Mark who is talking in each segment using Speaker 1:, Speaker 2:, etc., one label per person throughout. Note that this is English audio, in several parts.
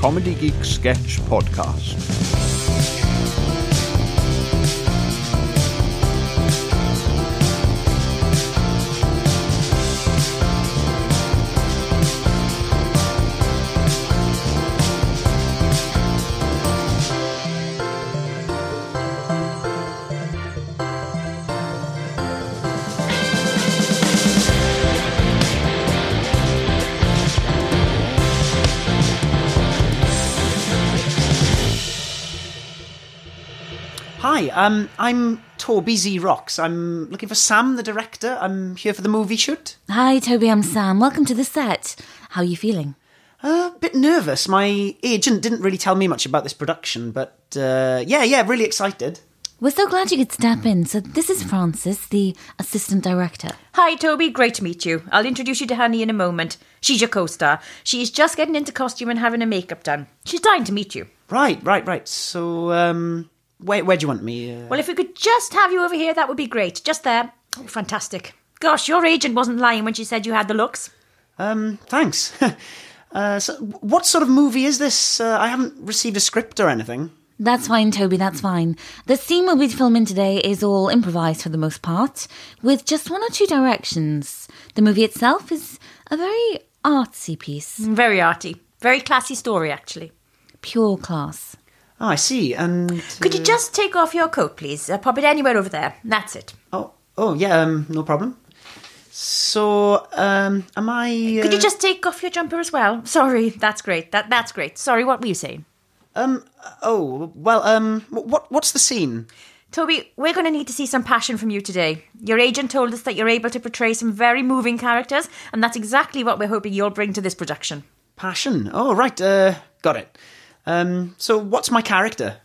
Speaker 1: Comedy Geek Sketch Podcast.
Speaker 2: Hi, um, I'm Toby Z Rocks. I'm looking for Sam, the director. I'm here for the movie shoot.
Speaker 3: Hi, Toby. I'm Sam. Welcome to the set. How are you feeling?
Speaker 2: A bit nervous. My agent didn't really tell me much about this production, but uh, yeah, yeah, really excited.
Speaker 3: We're so glad you could step in. So, this is Frances, the assistant director.
Speaker 4: Hi, Toby. Great to meet you. I'll introduce you to Honey in a moment. She's your co star. She's just getting into costume and having her makeup done. She's dying to meet you.
Speaker 2: Right, right, right. So, um, where, where do you want me? Uh,
Speaker 4: Well, if we could just have you over here, that would be great. Just there. Oh, fantastic. Gosh, your agent wasn't lying when she said you had the looks.
Speaker 2: um, thanks. uh, so what sort of movie is this? Uh, I haven't received a script or anything.
Speaker 3: That's fine, Toby. That's fine. The scene we'll be filming today is all improvised for the most part, with just one or two directions. The movie itself is a very artsy piece,
Speaker 4: Very arty. Very classy story, actually.
Speaker 3: pure class.
Speaker 2: Oh, I see. And uh,
Speaker 4: Could you just take off your coat, please? Uh, pop it anywhere over there. That's it.
Speaker 2: oh, oh yeah, um, no problem. So, um, am I? Uh,
Speaker 4: Could you just take off your jumper as well? Sorry, that's great. That that's great. Sorry, what were you saying?
Speaker 2: Oh, well, um, wh- what what's the scene?
Speaker 4: Toby, we're going to need to see some passion from you today. Your agent told us that you're able to portray some very moving characters, and that's exactly what we're hoping you'll bring to this production.
Speaker 2: Passion. Oh, right. Uh, got it. Um, so what's my character?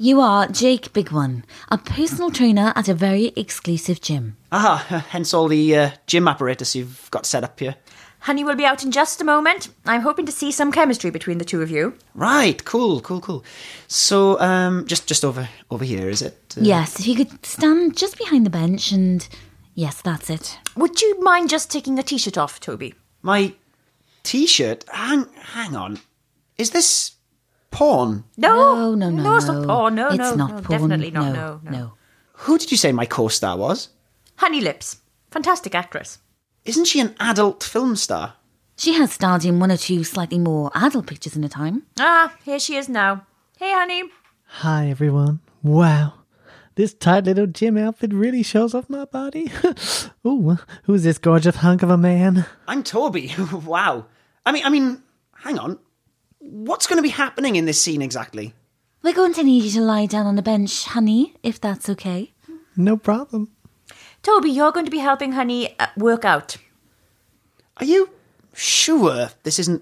Speaker 3: You are Jake Big One, a personal trainer at a very exclusive gym.
Speaker 2: Aha, hence all the uh, gym apparatus you've got set up here.
Speaker 4: Honey will be out in just a moment. I'm hoping to see some chemistry between the two of you.
Speaker 2: Right. Cool. Cool. Cool. So, um, just just over over here, is it? Uh,
Speaker 3: Yes, if you could stand just behind the bench and. Yes, that's it.
Speaker 4: Would you mind just taking your t shirt off, Toby?
Speaker 2: My t-shirt. Hang hang on. Is this porn?
Speaker 4: No,
Speaker 3: no, no,
Speaker 4: no, it's not
Speaker 3: no.
Speaker 4: porn. No,
Speaker 3: It's
Speaker 4: no,
Speaker 3: not
Speaker 4: no,
Speaker 3: porn.
Speaker 4: definitely not.
Speaker 3: No,
Speaker 4: No, no,
Speaker 3: no.
Speaker 2: Who did you say my co-star was?
Speaker 4: Honey Lips, fantastic actress.
Speaker 2: Isn't she an adult film star?
Speaker 3: She has starred in one or two slightly more adult pictures in her time.
Speaker 4: Ah, here she is now. Hey, honey.
Speaker 5: Hi, everyone. Wow. This tight little gym outfit really shows off my body. Ooh, who's this gorgeous hunk of a man?
Speaker 2: I'm Toby. wow. I mean, I mean, hang on. What's going to be happening in this scene exactly?
Speaker 3: We're going to need you to lie down on the bench, honey, if that's okay.
Speaker 5: No problem.
Speaker 4: Toby, you're going to be helping Honey uh, work out.
Speaker 2: Are you sure this isn't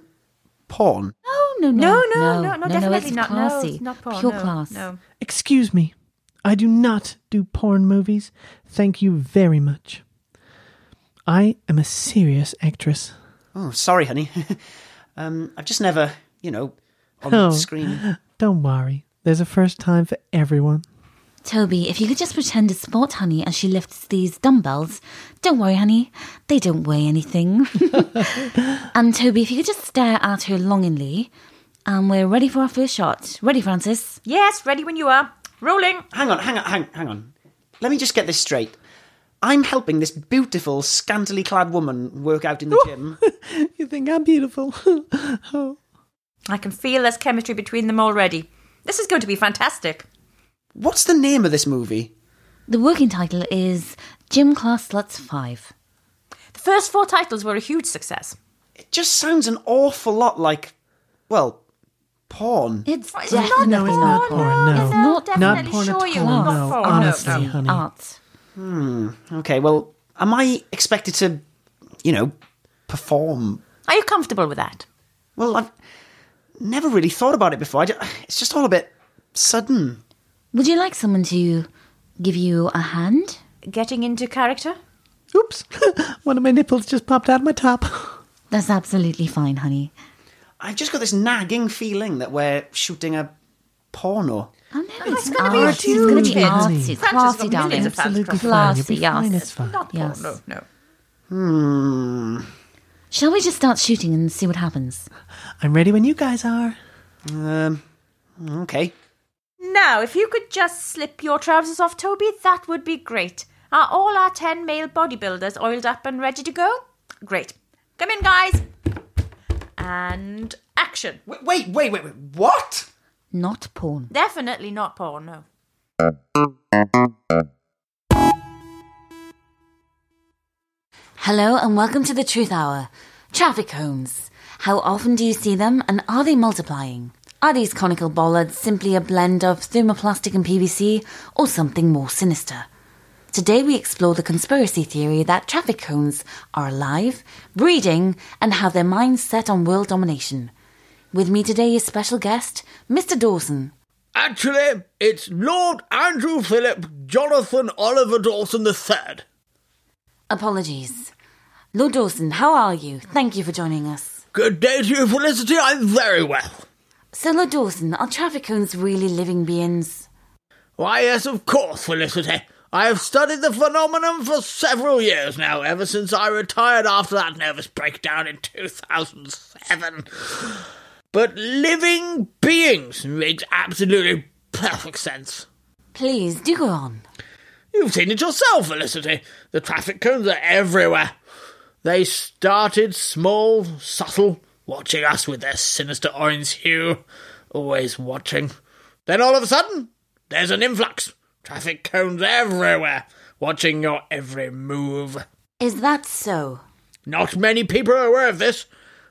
Speaker 2: porn?
Speaker 3: No, no,
Speaker 4: No,
Speaker 3: no.
Speaker 4: no, no, no, definitely
Speaker 3: it's
Speaker 4: not. No,
Speaker 3: Classy.
Speaker 4: it's not porn.
Speaker 3: Pure
Speaker 4: no,
Speaker 3: class.
Speaker 4: No.
Speaker 5: Excuse me. I do not do porn movies. Thank you very much. I am a serious actress.
Speaker 2: Oh, sorry, honey. um, I've just never, you know, on
Speaker 5: Oh.
Speaker 2: screen.
Speaker 5: Don't worry. There's a first time for everyone.
Speaker 3: Toby, if you could just pretend to spot honey as she lifts these dumbbells. Don't worry, honey. They don't weigh anything. and Toby, if you could just stare at her longingly. And we're ready for our first shot. Ready, Francis?
Speaker 4: Yes, ready when you are. Rolling.
Speaker 2: Hang on, hang on, hang, hang on. Let me just get this straight. I'm helping this beautiful, scantily clad woman work out in the gym.
Speaker 5: You think I'm beautiful? oh.
Speaker 4: I can feel there's chemistry between them already. This is going to be fantastic.
Speaker 2: What's the name of this movie?
Speaker 3: The working title is Gym Class Sluts 5.
Speaker 4: The first four titles were a huge success.
Speaker 2: It just sounds an awful lot like, well, porn.
Speaker 3: It's
Speaker 4: It's
Speaker 3: definitely
Speaker 4: not
Speaker 5: No, it's not porn. No,
Speaker 3: It's not
Speaker 5: not
Speaker 4: definitely
Speaker 5: porn
Speaker 4: sure
Speaker 5: at
Speaker 4: you
Speaker 5: all.
Speaker 4: were not
Speaker 5: No,
Speaker 4: porn.
Speaker 5: honestly,
Speaker 4: No, no.
Speaker 5: honey.
Speaker 3: art.
Speaker 2: Hmm. Okay, well, am I expected to, you know, perform?
Speaker 4: Are you comfortable with that?
Speaker 2: Well, I've never really thought about it before. I ju- it's just all a bit sudden.
Speaker 3: Would you like someone to give you a hand?
Speaker 4: Getting into character?
Speaker 5: Oops. One of my nipples just popped out of my top.
Speaker 3: That's absolutely fine, honey.
Speaker 2: I've just got this nagging feeling that we're shooting a porno.
Speaker 3: Oh no, it's,
Speaker 4: gonna be
Speaker 3: art. It's going to be
Speaker 4: huge.
Speaker 3: artsy.
Speaker 4: Francis
Speaker 3: It's
Speaker 4: has
Speaker 3: classy,
Speaker 4: got
Speaker 3: darling.
Speaker 4: millions of fans.
Speaker 5: Absolutely fine. You'll
Speaker 3: Classy,
Speaker 5: be fine.
Speaker 3: yes.
Speaker 5: It's fine.
Speaker 4: Not
Speaker 3: Yes.
Speaker 4: porn, no, no.
Speaker 3: Mm. Hmm. Shall we just start shooting and see what happens?
Speaker 5: I'm ready when you guys are.
Speaker 2: Um, okay.
Speaker 4: Now, if you could just slip your trousers off, Toby, that would be great. Are all our 10 male bodybuilders oiled up and ready to go? Great. Come in, guys. And action.
Speaker 2: Wait, wait, wait, wait. wait. What?
Speaker 3: Not porn.
Speaker 4: Definitely not porn, no.
Speaker 3: Hello and welcome to the Truth Hour. Traffic cones. How often do you see them and are they multiplying? Are these conical bollards simply a blend of thermoplastic and PVC or something more sinister? Today we explore the conspiracy theory that traffic cones are alive, breeding, and have their minds set on world domination. With me today is special guest, Mr. Dawson.
Speaker 6: Actually, it's Lord Andrew Philip Jonathan Oliver Dawson III.
Speaker 3: Apologies. Lord Dawson, how are you? Thank you for joining us.
Speaker 6: Good day to you, Felicity. I'm very well.
Speaker 3: So, Lord Dawson, are traffic cones really living beings?
Speaker 6: Why, yes, of course, Felicity. I have studied the phenomenon for several years now, ever since I retired after that nervous breakdown in 2007. But living beings makes absolutely perfect sense.
Speaker 3: Please do go on.
Speaker 6: You've seen it yourself, Felicity. The traffic cones are everywhere. They started small, subtle, watching us with their sinister orange hue, always watching. Then all of a sudden, there's an influx. Traffic cones everywhere, watching your every move.
Speaker 3: Is that so?
Speaker 6: Not many people are aware of this,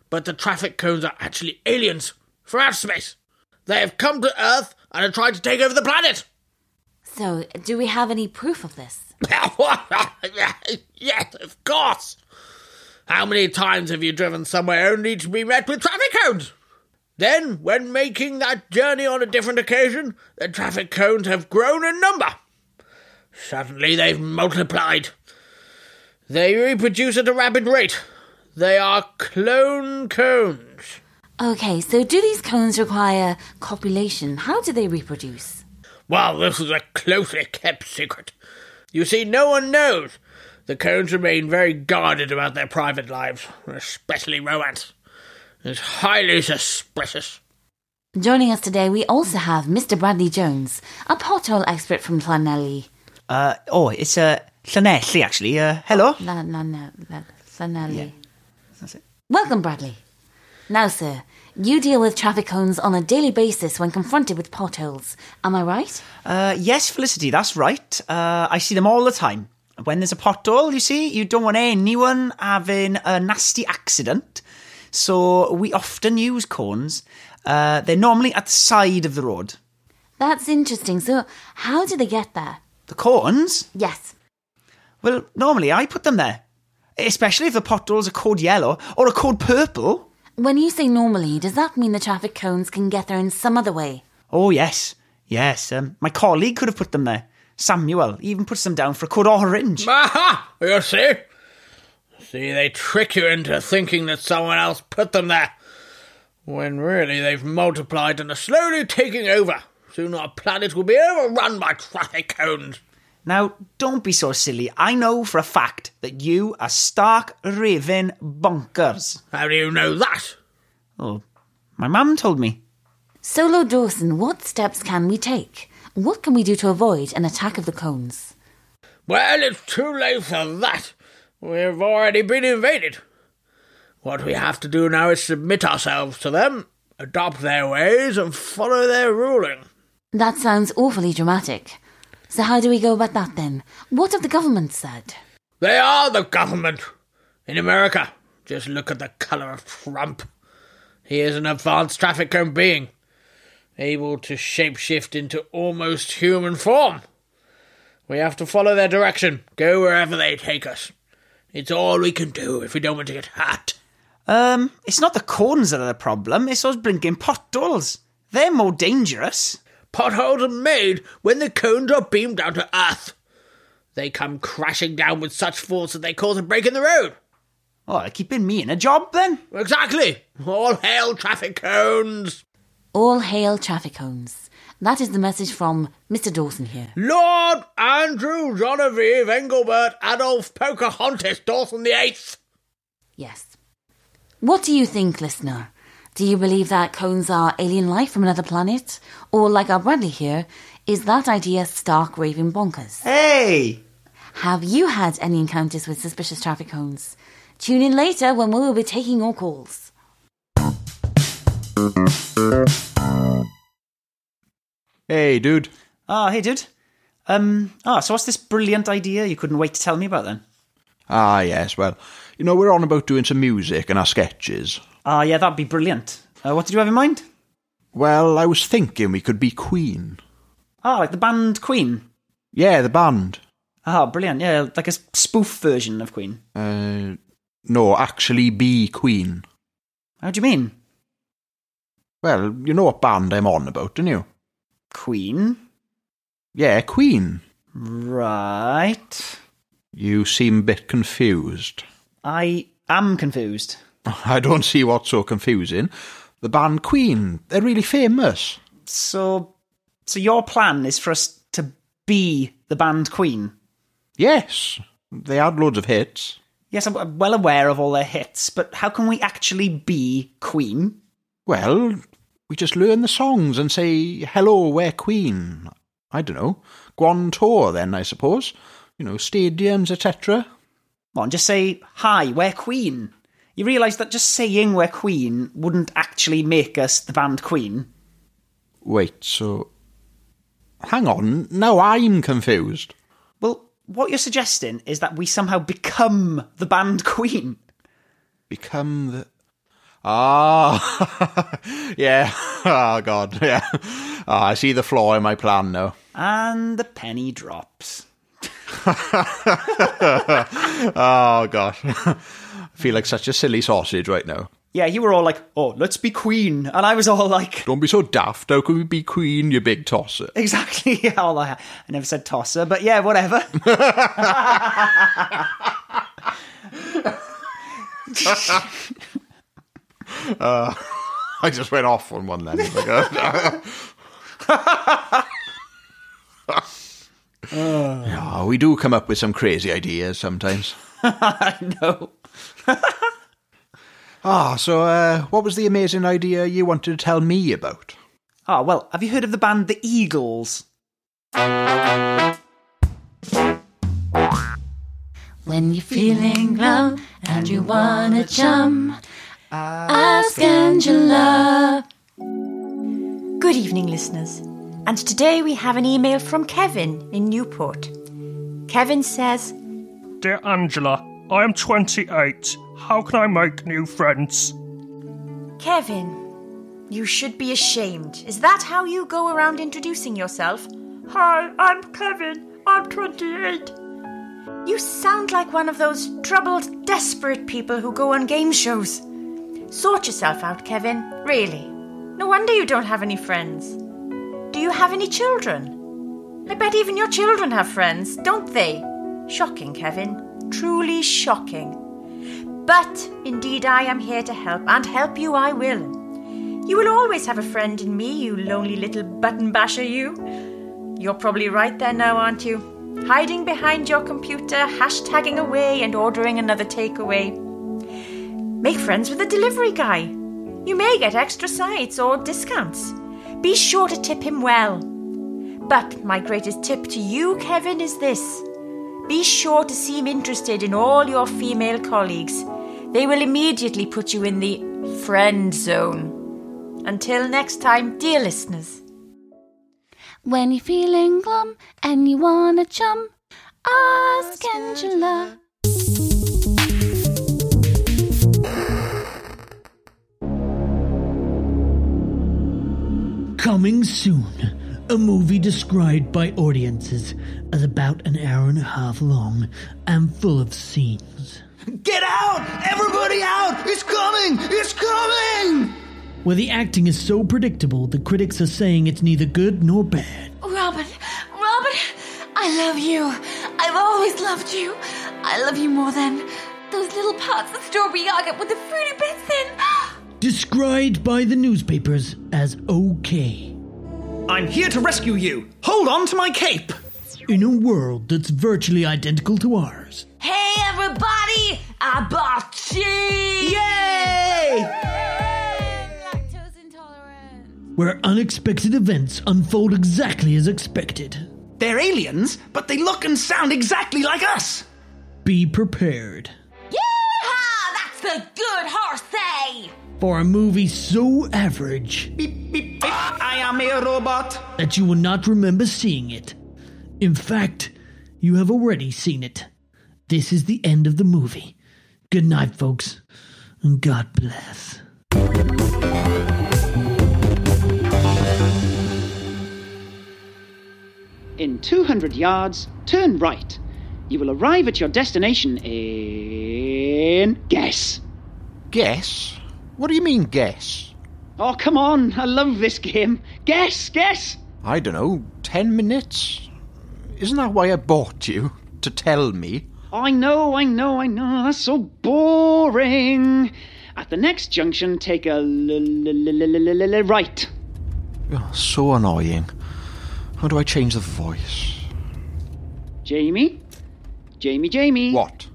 Speaker 6: but the traffic cones are actually aliens from outer space. They have come to Earth and are trying to take over the planet.
Speaker 3: So, do we have any proof of this?
Speaker 6: yes, of course. How many times have you driven somewhere only to be met with traffic cones? Then, when making that journey on a different occasion, the traffic cones have grown in number. Suddenly, they've multiplied. They reproduce at a rapid rate. They are clone cones.
Speaker 3: Okay, so do these cones require copulation? How do they reproduce?
Speaker 6: Well, this is a closely kept secret. You see, no one knows. The cones remain very guarded about their private lives, especially romance. It's highly suspicious.
Speaker 3: Joining us today, we also have Mr. Bradley Jones, a pothole expert from Llanelli.
Speaker 2: Uh, oh, it's uh, Llanelli, actually. Uh, hello.
Speaker 3: La, la, la, la, Llanelli.
Speaker 2: That's it.
Speaker 3: Welcome, Bradley. Now, sir, you deal with traffic cones on a daily basis when confronted with potholes. Am I right?
Speaker 2: Uh, yes, Felicity, that's right. Uh, I see them all the time. When there's a pothole, you see, you don't want anyone having a nasty accident. So we often use cones. Uh, they're normally at the side of the road.
Speaker 3: That's interesting. So, how do they get there?
Speaker 2: The cones?
Speaker 3: Yes.
Speaker 2: Well, normally I put them there. Especially if the potholes are code yellow or a code purple.
Speaker 3: When you say normally, does that mean the traffic cones can get there in some other way?
Speaker 2: Oh, yes. Yes. Um, my colleague could have put them there. Samuel even puts them down for a code orange.
Speaker 6: Aha! You see? See, they trick you into thinking that someone else put them there, when really they've multiplied and are slowly taking over. Soon our planet will be overrun by traffic cones.
Speaker 2: Now, don't be so silly. I know for a fact that you are stark raving bonkers.
Speaker 6: How do you know that?
Speaker 2: Oh, my mum told me.
Speaker 3: So, Lord Dawson, what steps can we take? What can we do to avoid an attack of the cones?
Speaker 6: Well, it's too late for that. We've already been invaded. What we have to do now is submit ourselves to them, adopt their ways, and follow their ruling.
Speaker 3: That sounds awfully dramatic. So, how do we go about that then? What have the government said?
Speaker 6: They are the government. In America, just look at the colour of Trump. He is an advanced traffic cone being, able to shapeshift into almost human form. We have to follow their direction, go wherever they take us. It's all we can do if we don't want to get hurt.
Speaker 2: Um, it's not the cones that are the problem, it's those blinking potholes. They're more dangerous.
Speaker 6: Potholes are made when the cones are beamed down to earth. They come crashing down with such force that they cause a break in the road.
Speaker 2: Oh, they're keeping me in a job then?
Speaker 6: Exactly. All hail traffic cones.
Speaker 3: All hail traffic cones. That is the message from Mr. Dawson here.
Speaker 6: Lord Andrew Genevieve Engelbert Adolf Pocahontas Dawson the Eighth.
Speaker 3: Yes. What do you think, listener? Do you believe that cones are alien life from another planet? Or, like our Bradley here, is that idea stark raving bonkers?
Speaker 2: Hey!
Speaker 3: Have you had any encounters with suspicious traffic cones? Tune in later when we will be taking your calls.
Speaker 1: Hey, dude.
Speaker 2: Ah, hey, dude. Um, ah, so what's this brilliant idea you couldn't wait to tell me about then?
Speaker 1: Ah, yes, well, you know, we're on about doing some music and our sketches.
Speaker 2: Ah, yeah, that'd be brilliant. Uh, what did you have in mind?
Speaker 1: Well, I was thinking we could be Queen.
Speaker 2: Ah, like the band Queen.
Speaker 1: Yeah, the band.
Speaker 2: Ah, brilliant. Yeah, like a s- spoof version of Queen.
Speaker 1: Uh, no, actually be Queen.
Speaker 2: How do you mean?
Speaker 1: Well, you know what band I'm on about, don't you?
Speaker 2: Queen?
Speaker 1: Yeah, Queen.
Speaker 2: Right.
Speaker 1: You seem a bit confused.
Speaker 2: I am confused.
Speaker 1: I don't see what's so confusing. The band Queen, they're really famous.
Speaker 2: So, so your plan is for us to be the band Queen?
Speaker 1: Yes, they had loads of hits.
Speaker 2: Yes, I'm- I'm well aware of all their hits, but how can we actually be Queen?
Speaker 1: Well, we just learn the songs and say, hello, we're Queen. I don't know. Go on tour then, I suppose. You know, stadiums, etc.
Speaker 2: Come on, just say, hi, we're Queen. You realise that just saying we're Queen wouldn't actually make us the band Queen.
Speaker 1: Wait, so. Hang on, now I'm confused.
Speaker 2: Well, what you're suggesting is that we somehow become the band Queen.
Speaker 1: Become the. Ah! yeah. Oh, God. Yeah. Ah, I see the flaw in my plan now.
Speaker 2: And the penny drops.
Speaker 1: Oh gosh, I feel like such a silly sausage right now.
Speaker 2: Yeah, you were all like, oh, let's be Queen. And I was all like,
Speaker 1: Don't be so daft. How can we be queen, you big tosser?
Speaker 2: exactly how I, I never said tosser, but yeah, whatever.
Speaker 1: Uh, I just went off on one then. Like, uh,
Speaker 2: Uh.
Speaker 1: Yeah, we do come up with some crazy ideas sometimes.
Speaker 2: I know.
Speaker 1: Ah, so uh, what was the amazing idea you wanted to tell me about?
Speaker 2: Ah, well, have you heard of the band The Eagles?
Speaker 3: When you're feeling low and you wanna chum, ask Angela.
Speaker 4: Good evening, listeners. And today we have an email from Kevin in Newport. Kevin says,
Speaker 7: Dear Angela, I am 28. How can I make new friends?
Speaker 4: Kevin, you should be ashamed. Is that how you go around introducing yourself? Hi, I'm Kevin. I'm 28. You sound like one of those troubled, desperate people who go on game shows. Sort yourself out, Kevin. Really. No wonder you don't have any friends. Do you have any children? I bet even your children have friends, don't they? Shocking, Kevin. Truly shocking. But indeed, I am here to help, and help you I will. You will always have a friend in me, you lonely little button basher, you. You're probably right there now, aren't you? Hiding behind your computer, hashtagging away, and ordering another takeaway. Make friends with the delivery guy. You may get extra sides or discounts. Be sure to tip him well. But my greatest tip to you, Kevin, is this. Be sure to seem interested in all your female colleagues. They will immediately put you in the friend zone. Until next time, dear listeners.
Speaker 3: When you're feeling glum and you wanna chum, ask Angela.
Speaker 5: Coming soon, a movie described by audiences as about an hour and a half long and full of scenes.
Speaker 8: Get out! Everybody out! It's coming! It's coming!
Speaker 5: Where the acting is so predictable, the critics are saying it's neither good nor bad.
Speaker 3: Robin, Robin, I love you. I've always loved you. I love you more than those little parts of strawberry yogurt with the fruity bits in.
Speaker 5: Described by the newspapers as okay.
Speaker 2: I'm here to rescue you. Hold on to my cape.
Speaker 5: In a world that's virtually identical to ours.
Speaker 3: Hey everybody, I bought cheese!
Speaker 2: Yay!
Speaker 5: where unexpected events unfold exactly as expected.
Speaker 9: They're aliens, but they look and sound exactly like us.
Speaker 5: Be prepared
Speaker 10: Yeehaw! That's the good horse, say!
Speaker 5: for a movie so average
Speaker 9: Beep, beep, beep. I am a robot.
Speaker 5: that you will not remember seeing it. In fact, you have already seen it. This is the end of the movie. Good night, folks, and God bless.
Speaker 2: In 200 yards, turn right. You will arrive at your destination in. Guess.
Speaker 1: Guess? What do you mean, guess?
Speaker 2: Oh, come on. I love this game. Guess, guess.
Speaker 1: I don't know, ten minutes? Isn't that why I bought you? To tell me?
Speaker 2: I know, I know, I know. That's so boring. At the next junction, take a l- l- l- l- l- l- l- right.
Speaker 1: Oh, so annoying. How do I change the voice?
Speaker 2: Jamie? Jamie, Jamie.
Speaker 1: What?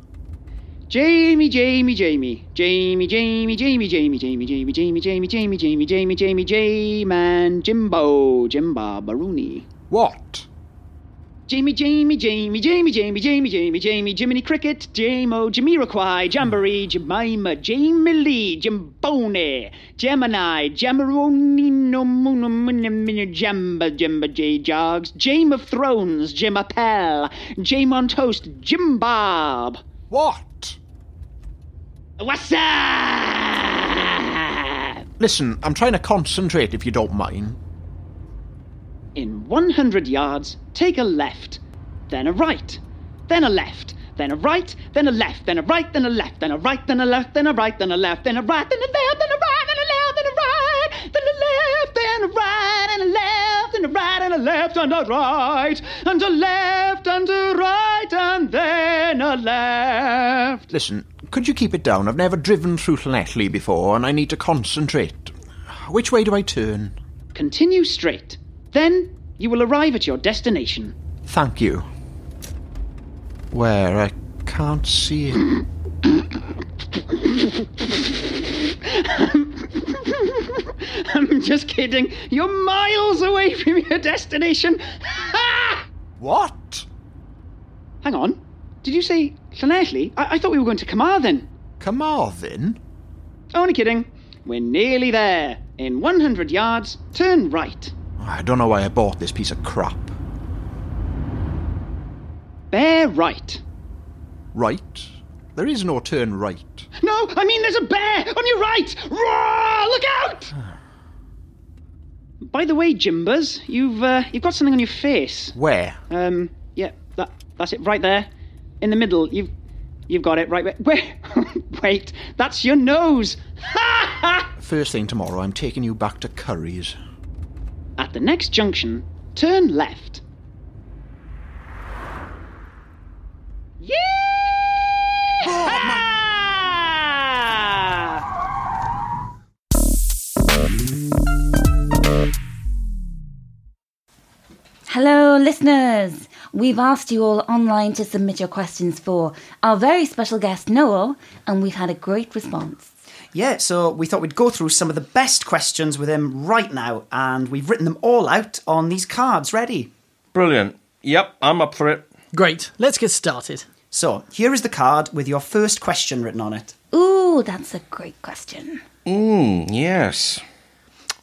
Speaker 2: Jamie, Jamie, Jamie. Jamie, Jamie, Jamie, Jamie, Jamie, Jamie, Jamie, Jamie, Jamie, Jamie, Jamie, Jamie, Jamie, and Jimbo, Jimba Baruni.
Speaker 1: What?
Speaker 2: Jamie, Jamie, Jamie, Jamie, Jamie, Jamie, Jamie, Jamie, Jiminy Cricket, Jamo, Jamiroquai, Jamboree, Jemima, Jamie Lee, Jambone, Gemini, Jamaroni, no Munamunamina, Jamba, Jamba, J Jogs, Jame of Thrones, Jim Appel, Jame on Toast, Jim Bob.
Speaker 1: What?
Speaker 2: What's up?
Speaker 1: Listen, I'm trying to concentrate if you don't mind.
Speaker 2: In 100 yards, take a left, then a right, then a left, then a right, then a left, then a right, then a left, then a right, then a left, then a right, then a left, then a right, then a left, then a right, then a left, then a right, then a left, then a right, and a left, and a right, and a left, and a right, and a left, and a right, and then a left.
Speaker 1: Listen, could you keep it down? I've never driven through Llanelli before and I need to concentrate. Which way do I turn?
Speaker 2: Continue straight, then you will arrive at your destination.
Speaker 1: Thank you. Where? I can't see it.
Speaker 2: I'm just kidding. You're miles away from your destination. Ha!
Speaker 1: What?
Speaker 2: Hang on. Did you say Llanelli? I-, I thought we were going to Carmarthen. Oh,
Speaker 1: Carmarthen?
Speaker 2: Only kidding. We're nearly there. In 100 yards, turn right.
Speaker 1: I don't know why I bought this piece of crap.
Speaker 2: Bear right.
Speaker 1: Right? There is no turn right.
Speaker 2: No, I mean there's a bear on your right. Roar! Look out! By the way, Jimbers, you've uh, you've got something on your face.
Speaker 1: Where?
Speaker 2: Um, yeah, that that's it, right there, in the middle. You've you've got it right. Wait, wait, wait that's your nose. Ha ha!
Speaker 1: First thing tomorrow, I'm taking you back to Curry's.
Speaker 2: At the next junction, turn left. Yeah!
Speaker 3: Hello, listeners! We've asked you all online to submit your questions for our very special guest, Noel, and we've had a great response.
Speaker 9: Yeah, so we thought we'd go through some of the best questions with him right now, and we've written them all out on these cards ready.
Speaker 11: Brilliant. Yep, I'm up for it.
Speaker 12: Great. Let's get started.
Speaker 9: So here is the card with your first question written on it.
Speaker 3: Ooh, that's a great question.
Speaker 11: Mm, yes.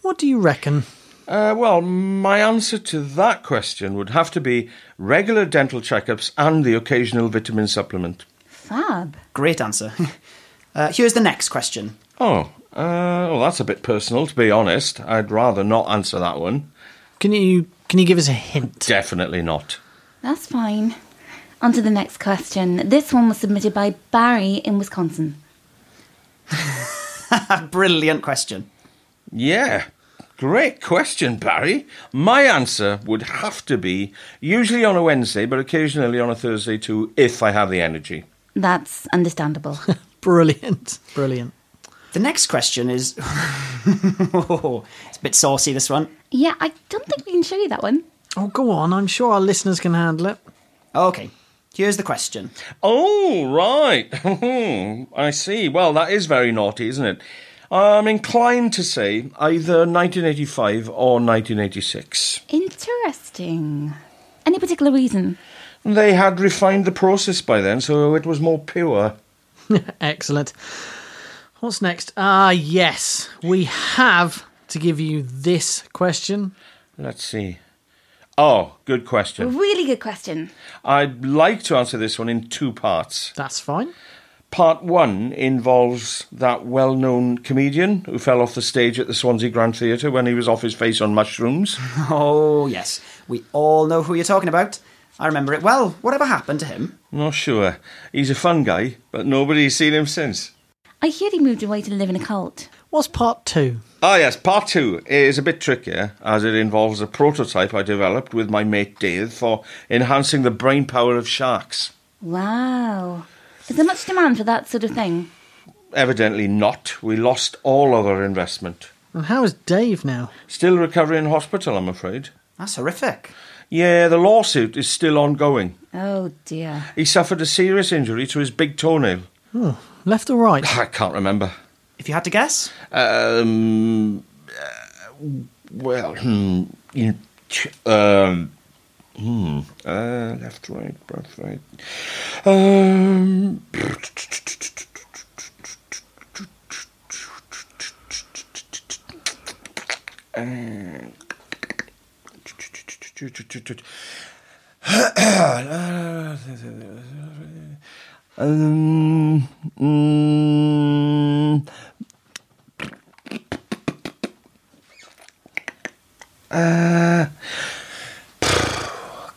Speaker 12: What do you reckon?
Speaker 11: Uh, well, my answer to that question would have to be regular dental checkups and the occasional vitamin supplement.
Speaker 3: Fab.
Speaker 9: Great answer. uh, here's the next question.
Speaker 11: Oh, uh, well, that's a bit personal, to be honest. I'd rather not answer that one.
Speaker 12: Can you can you give us a hint?
Speaker 11: Definitely not.
Speaker 3: That's fine. On to the next question. This one was submitted by Barry in Wisconsin.
Speaker 9: A brilliant question.
Speaker 11: Yeah. Great question, Barry. My answer would have to be usually on a Wednesday, but occasionally on a Thursday too, if I have the energy.
Speaker 3: That's understandable.
Speaker 12: Brilliant. Brilliant.
Speaker 9: The next question is. oh, it's a bit saucy, this one.
Speaker 3: yeah, I don't think we can show you that one.
Speaker 12: Oh, go on. I'm sure our listeners can handle it.
Speaker 9: Okay, here's the question.
Speaker 11: Hmm, Oh, right. I see. Well, that is very naughty, isn't it? I'm inclined to say either 1985 or 1986.
Speaker 3: Interesting. Any particular reason?
Speaker 11: They had refined the process by then, so it was more pure.
Speaker 5: Excellent. What's next? Ah, yes. We have to give you this question.
Speaker 11: Let's see. Oh, good
Speaker 3: A
Speaker 11: question.
Speaker 3: really good question.
Speaker 11: I'd like to answer this one in two parts.
Speaker 5: That's fine.
Speaker 11: Part one involves that well known comedian who fell off the stage at the Swansea Grand Theatre when he was off his face on mushrooms.
Speaker 2: Oh, yes. We all know who you're talking about. I remember it well. Whatever happened to him?
Speaker 11: Not sure. He's a fun guy, but nobody's seen him since.
Speaker 3: I hear he moved away to live in a cult.
Speaker 5: What's part two?
Speaker 11: Ah, yes, part two is a bit trickier as it involves a prototype I developed with my mate Dave for enhancing the brain power of sharks.
Speaker 3: Wow. Is there much demand for that sort of thing?
Speaker 11: Evidently not. We lost all of our investment.
Speaker 5: And how is Dave now?
Speaker 11: Still recovering in hospital, I'm afraid.
Speaker 2: That's horrific.
Speaker 11: Yeah, the lawsuit is still ongoing.
Speaker 3: Oh dear.
Speaker 11: He suffered a serious injury to his big toenail.
Speaker 5: Oh, left or right?
Speaker 11: I can't remember.
Speaker 2: If you had to guess?
Speaker 11: Um. uh, well, hmm. You, um. Hmm. Uh, left, right, left, right. Um. Um, mm, uh,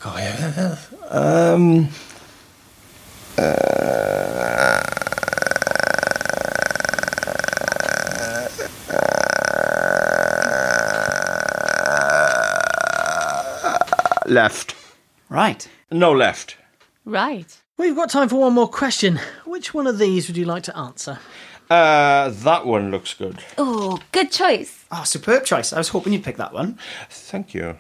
Speaker 11: God, um, uh, left.
Speaker 2: Right.
Speaker 11: No left.
Speaker 3: Right.
Speaker 5: We've got time for one more question. Which one of these would you like to answer?
Speaker 11: Uh, that one looks good.
Speaker 3: Oh, good choice.
Speaker 2: Oh, superb choice. I was hoping you'd pick that one.
Speaker 11: Thank you.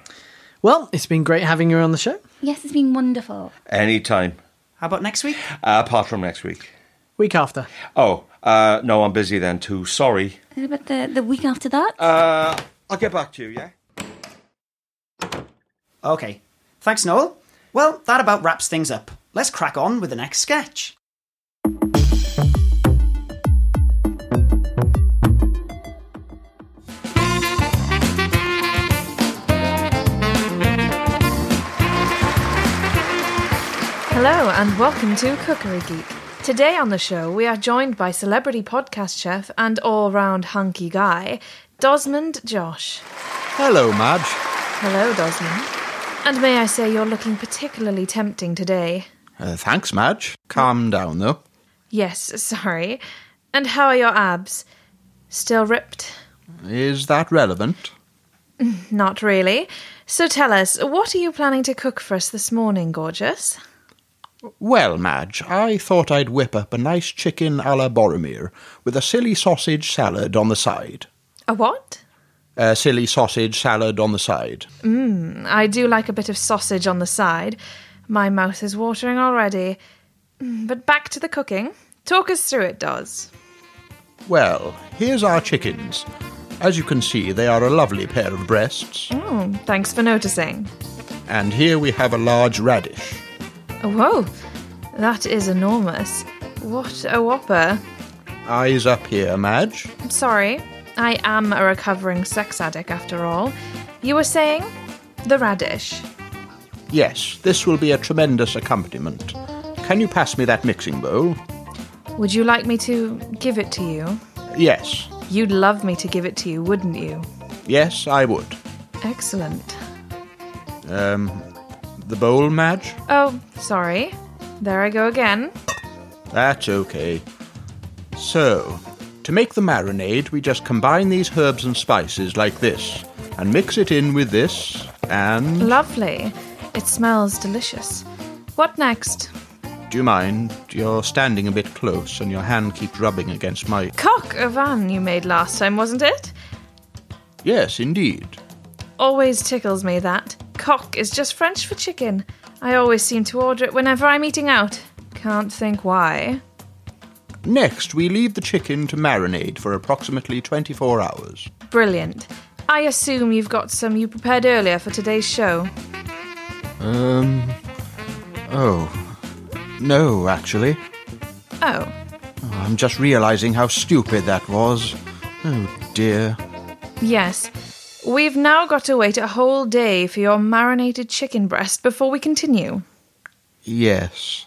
Speaker 5: Well, it's been great having you on the show.
Speaker 3: Yes, it's been wonderful.
Speaker 11: Anytime.
Speaker 2: How about next week?
Speaker 11: Uh, apart from next week.
Speaker 5: Week after.
Speaker 11: Oh, uh, no, I'm busy then too. Sorry.
Speaker 3: What about Uh, the, the week after that?
Speaker 11: Uh, I'll get back to you, yeah?
Speaker 2: Okay. Thanks, Noel. Well, that about wraps things up. Let's crack on with the next sketch.
Speaker 13: Hello and welcome to Cookery Geek. Today on the show, we are joined by celebrity podcast chef and all round hunky guy, Dosmond Josh.
Speaker 1: Hello, Madge.
Speaker 13: Hello, Dosmond. And may I say, you're looking particularly tempting today.
Speaker 1: Uh, thanks, Madge. Calm down, though.
Speaker 13: Yes, sorry. And how are your abs? Still ripped?
Speaker 1: Is that relevant?
Speaker 13: Not really. So tell us, what are you planning to cook for us this morning, gorgeous?
Speaker 1: Well, Madge, I thought I'd whip up a nice chicken a la Boromir with a silly sausage salad on the side.
Speaker 13: A what?
Speaker 1: A silly sausage salad on the side.
Speaker 13: Mmm, I do like a bit of sausage on the side. My mouth is watering already. Mm, But back to the cooking. Talk us through it, Doz.
Speaker 1: Well, here's our chickens. As you can see, they are a lovely pair of breasts.
Speaker 13: Oh, thanks for noticing.
Speaker 1: And here we have a large radish.
Speaker 13: Oh, Whoa, that is enormous. What a whopper.
Speaker 1: Eyes up here, Madge.
Speaker 13: I'm sorry, I am a recovering sex addict after all. You were saying? The radish.
Speaker 1: Yes, this will be a tremendous accompaniment. Can you pass me that mixing bowl?
Speaker 13: Would you like me to give it to you?
Speaker 1: Yes,
Speaker 13: You'd love me to give it to you, wouldn't you?
Speaker 1: yes, I would.
Speaker 13: Excellent.
Speaker 1: Um, the bowl, Madge?
Speaker 13: Oh, sorry. There I go again.
Speaker 1: That's okay. So, to make the marinade, we just combine these herbs and spices like this, and mix it in with this, and.
Speaker 13: Lovely. It smells delicious. What next?
Speaker 1: Do you mind? You're standing a bit close, and your hand keeps rubbing against my.
Speaker 13: Cock of an you made last time, wasn't it?
Speaker 1: Yes, indeed.
Speaker 13: Always tickles me that. Cock is just French for chicken. I always seem to order it whenever I'm eating out. Can't think why.
Speaker 14: Next, we leave the chicken to marinate for approximately 24 hours.
Speaker 13: Brilliant. I assume you've got some you prepared earlier for today's show.
Speaker 14: Um. Oh. No, actually.
Speaker 13: Oh,
Speaker 14: Oh, I'm just realizing how stupid that was. Oh dear.
Speaker 13: yes. We've now got to wait a whole day for your marinated chicken breast before we continue.
Speaker 14: Yes.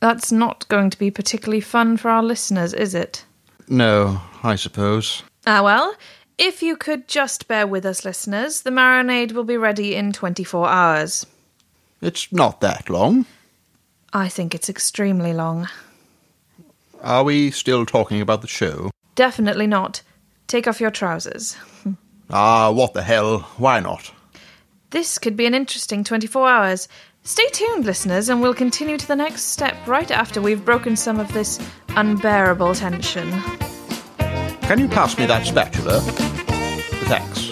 Speaker 13: That's not going to be particularly fun for our listeners, is it?
Speaker 14: No, I suppose.
Speaker 13: Ah, well, if you could just bear with us, listeners, the marinade will be ready in 24 hours.
Speaker 14: It's not that long.
Speaker 13: I think it's extremely long.
Speaker 14: Are we still talking about the show?
Speaker 13: Definitely not. Take off your trousers.
Speaker 14: Ah, what the hell? Why not?
Speaker 13: This could be an interesting 24 hours. Stay tuned, listeners, and we'll continue to the next step right after we've broken some of this unbearable tension.
Speaker 14: Can you pass me that spatula? Thanks.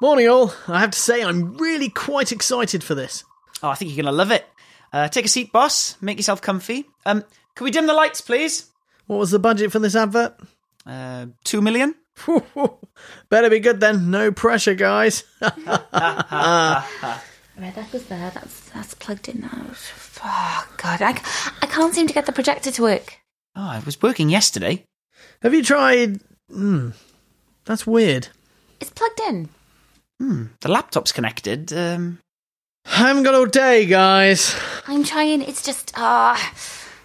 Speaker 5: Morning, all. I have to say, I'm really quite excited for this.
Speaker 2: Oh, I think you're going to love it. Uh, take a seat, boss. Make yourself comfy. Um, can we dim the lights, please?
Speaker 5: What was the budget for this advert?
Speaker 2: Uh, two million.
Speaker 5: Better be good then. No pressure, guys.
Speaker 2: Oh,
Speaker 3: Where that was there, that's that's plugged in now. Fuck, God, I, c- I can't seem to get the projector to work.
Speaker 2: Oh, it was working yesterday.
Speaker 5: Have you tried? Hmm. That's weird.
Speaker 3: It's plugged in.
Speaker 2: Hmm. The laptop's connected. Um,
Speaker 5: Haven't got all day, guys.
Speaker 3: I'm trying. It's just ah,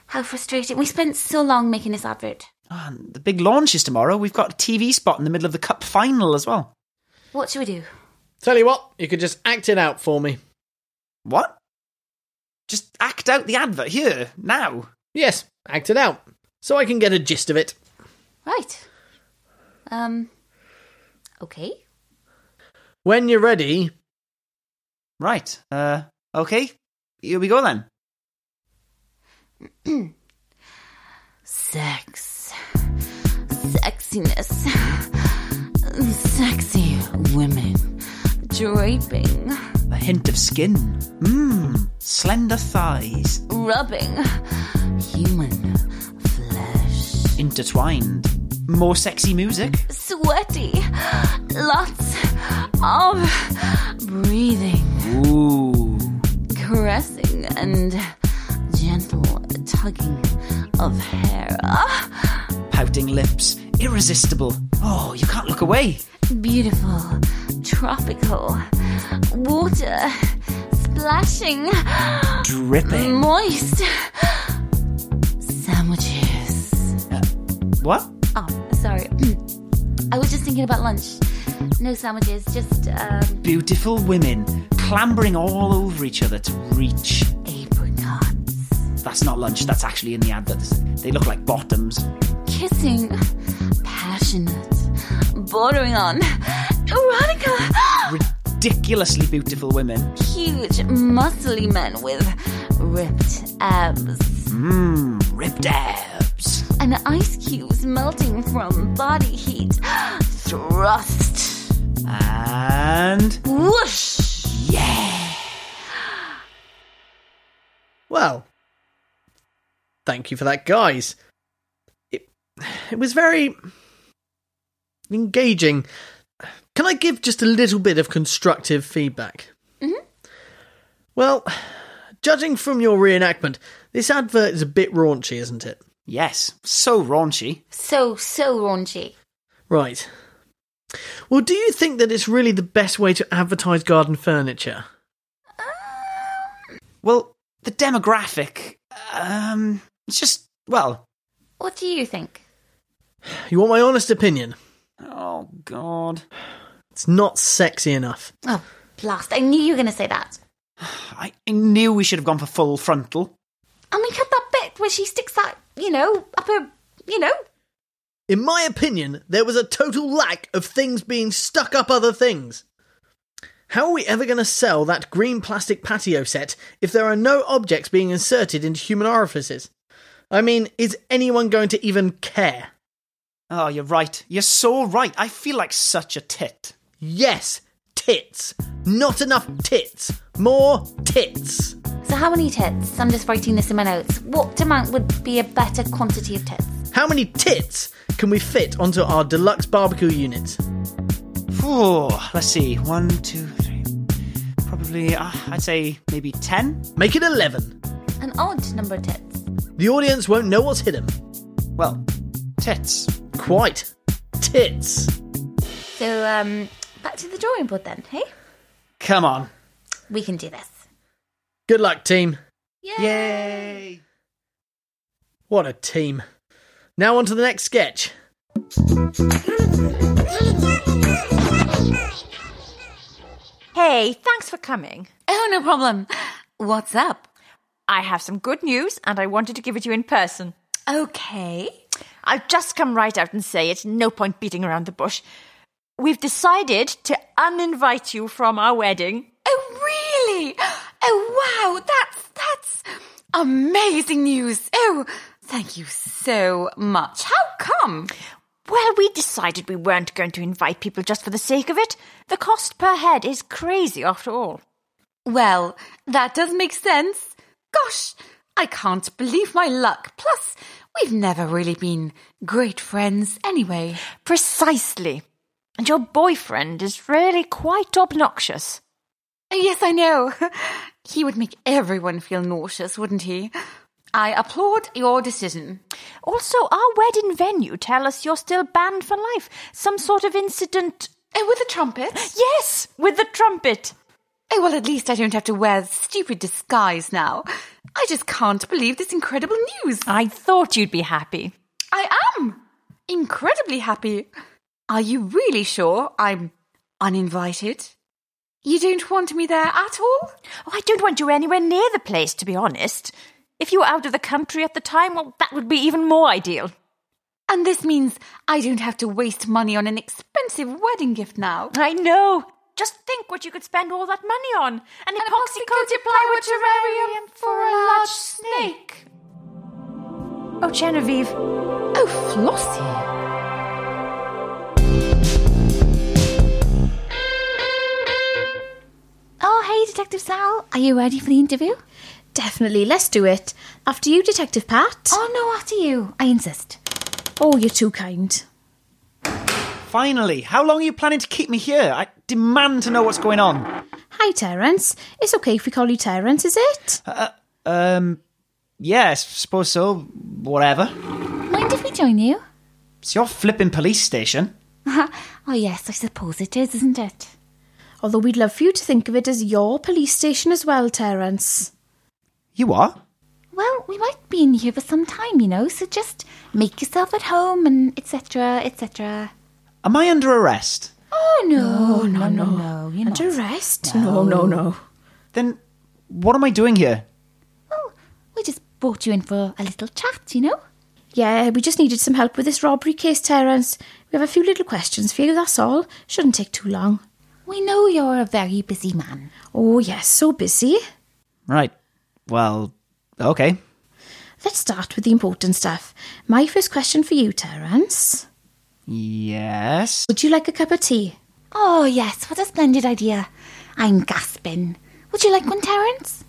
Speaker 3: how frustrating. We spent so long making this advert.
Speaker 2: Ah, and the big launch is tomorrow. We've got a TV spot in the middle of the cup final as well.
Speaker 3: What should we do?
Speaker 5: Tell you what, you could just act it out for me.
Speaker 2: What? Just act out the advert here now.
Speaker 5: Yes, act it out, so I can get a gist of it.
Speaker 3: Right. Um. Okay.
Speaker 5: When you're ready,
Speaker 2: Right. Uh, okay. Here we go then.
Speaker 3: Sex. Sexiness. Sexy women. Draping.
Speaker 2: A hint of skin. Mmm. Slender thighs.
Speaker 3: Rubbing. Human.
Speaker 2: Intertwined. More sexy music.
Speaker 3: Sweaty. Lots of breathing.
Speaker 2: Ooh.
Speaker 3: Caressing and gentle tugging of hair. Ah,
Speaker 2: Pouting lips. Irresistible. Oh, you can't look away.
Speaker 3: beautiful. Tropical. Water. Splashing.
Speaker 2: Dripping.
Speaker 3: Moist. Sandwiches.
Speaker 2: Uh, What?
Speaker 3: Oh, sorry. I was just thinking about lunch. No sandwiches, just um,
Speaker 2: Beautiful women clambering all over each other to reach.
Speaker 3: apricots.
Speaker 2: That's not lunch, that's actually in the adverts. They look like bottoms.
Speaker 3: Kissing. Passionate. Bordering on. Erotica.
Speaker 2: Ridiculously beautiful women.
Speaker 3: Huge, muscly men with ripped abs.
Speaker 2: Mmm, ripped abs.
Speaker 3: And ice cubes melting from body heat. Thrust.
Speaker 2: And.
Speaker 3: Whoosh.
Speaker 5: well, thank you for that, guys. It it was very engaging. Can I give just a little bit of constructive feedback?
Speaker 3: Mhm.
Speaker 5: Well, judging from your reenactment, this advert is a bit raunchy, isn't it?
Speaker 2: Yes, so raunchy.
Speaker 3: So, so raunchy.
Speaker 5: Right. Well, do you think that it's really the best way to advertise garden furniture?
Speaker 2: Well, the demographic. Um, it's just. Well.
Speaker 3: What do you think?
Speaker 5: You want my honest opinion?
Speaker 2: Oh, God.
Speaker 5: It's not sexy enough.
Speaker 3: Oh, blast. I knew you were going to say that.
Speaker 2: I, I knew we should have gone for full frontal.
Speaker 3: And we cut that bit where she sticks that, you know, up her, you know.
Speaker 5: In my opinion, there was a total lack of things being stuck up other things. How are we ever going to sell that green plastic patio set if there are no objects being inserted into human orifices? I mean, is anyone going to even care?
Speaker 2: Oh, you're right. You're so right. I feel like such a tit.
Speaker 5: Yes, tits. Not enough tits. More tits.
Speaker 3: So, how many tits? I'm just writing this in my notes. What amount would be a better quantity of tits?
Speaker 5: How many tits can we fit onto our deluxe barbecue unit?
Speaker 2: Phew, let's see. One, two, three. Probably, uh, I'd say maybe 10.
Speaker 5: Make it 11.
Speaker 3: An odd number of tits.
Speaker 5: The audience won't know what's hidden.
Speaker 2: Well, tits.
Speaker 5: Quite. Tits.
Speaker 3: So, um, back to the drawing board then, hey?
Speaker 2: Come on.
Speaker 3: We can do this.
Speaker 5: Good luck, team.
Speaker 2: Yay!
Speaker 5: What a team. Now on to the next sketch.
Speaker 4: Hey, thanks for coming.
Speaker 3: Oh, no problem. What's up?
Speaker 4: I have some good news and I wanted to give it to you in person.
Speaker 3: Okay.
Speaker 4: I'll just come right out and say it. No point beating around the bush. We've decided to uninvite you from our wedding.
Speaker 3: Oh, really? Oh, wow. That's, that's amazing news. Oh, thank you so much. How come?
Speaker 4: Well, we decided we weren't going to invite people just for the sake of it. The cost per head is crazy after all.
Speaker 3: Well, that does make sense. Gosh, I can't believe my luck. Plus, we've never really been great friends anyway.
Speaker 4: Precisely. And your boyfriend is really quite obnoxious.
Speaker 3: Yes, I know. He would make everyone feel nauseous, wouldn't he? I applaud your decision.
Speaker 4: Also, our wedding venue tell us you're still banned for life. Some sort of incident.
Speaker 3: Oh, with a trumpet?
Speaker 4: Yes, with the trumpet.
Speaker 3: Oh, well, at least I don't have to wear the stupid disguise now. I just can't believe this incredible news.
Speaker 4: I thought you'd be happy.
Speaker 3: I am incredibly happy. Are you really sure I'm uninvited? You don't want me there at all?
Speaker 4: Oh, I don't want you anywhere near the place, to be honest. If you were out of the country at the time, well, that would be even more ideal.
Speaker 3: And this means I don't have to waste money on an expensive wedding gift now.
Speaker 4: I know. Just think what you could spend all that money on. An, An epoxy-coated plywood terrarium for a large snake. Oh, Genevieve.
Speaker 3: Oh, Flossie. Oh, hey, Detective Sal. Are you ready for the interview?
Speaker 15: Definitely, let's do it. After you, Detective Pat.
Speaker 3: Oh, no, after you. I insist.
Speaker 15: Oh, you're too kind.
Speaker 2: Finally, how long are you planning to keep me here? I demand to know what's going on.
Speaker 15: Hi, Terence. It's okay if we call you Terence, is it?
Speaker 2: Uh, um, yes, suppose so. Whatever.
Speaker 3: Mind if we join you?
Speaker 2: It's your flipping police station.
Speaker 3: oh, yes, I suppose it is, isn't it?
Speaker 15: Although we'd love for you to think of it as your police station as well, Terence.
Speaker 2: You are?
Speaker 3: Well, we might be in here for some time, you know, so just make yourself at home and etc., etc.
Speaker 2: Am I under arrest?
Speaker 3: Oh, no, no, no, no. you're
Speaker 15: Under
Speaker 3: not.
Speaker 15: arrest? No, no, no.
Speaker 2: Then what am I doing here?
Speaker 3: Well, we just brought you in for a little chat, you know?
Speaker 15: Yeah, we just needed some help with this robbery case, Terence. We have a few little questions for you, that's all. Shouldn't take too long.
Speaker 3: We know you're a very busy man.
Speaker 15: Oh, yes, so busy.
Speaker 2: Right. Well, okay.
Speaker 15: Let's start with the important stuff. My first question for you, Terence.
Speaker 2: Yes.
Speaker 15: Would you like a cup of tea?
Speaker 3: Oh, yes, what a splendid idea. I'm gasping. Would you like one, Terence?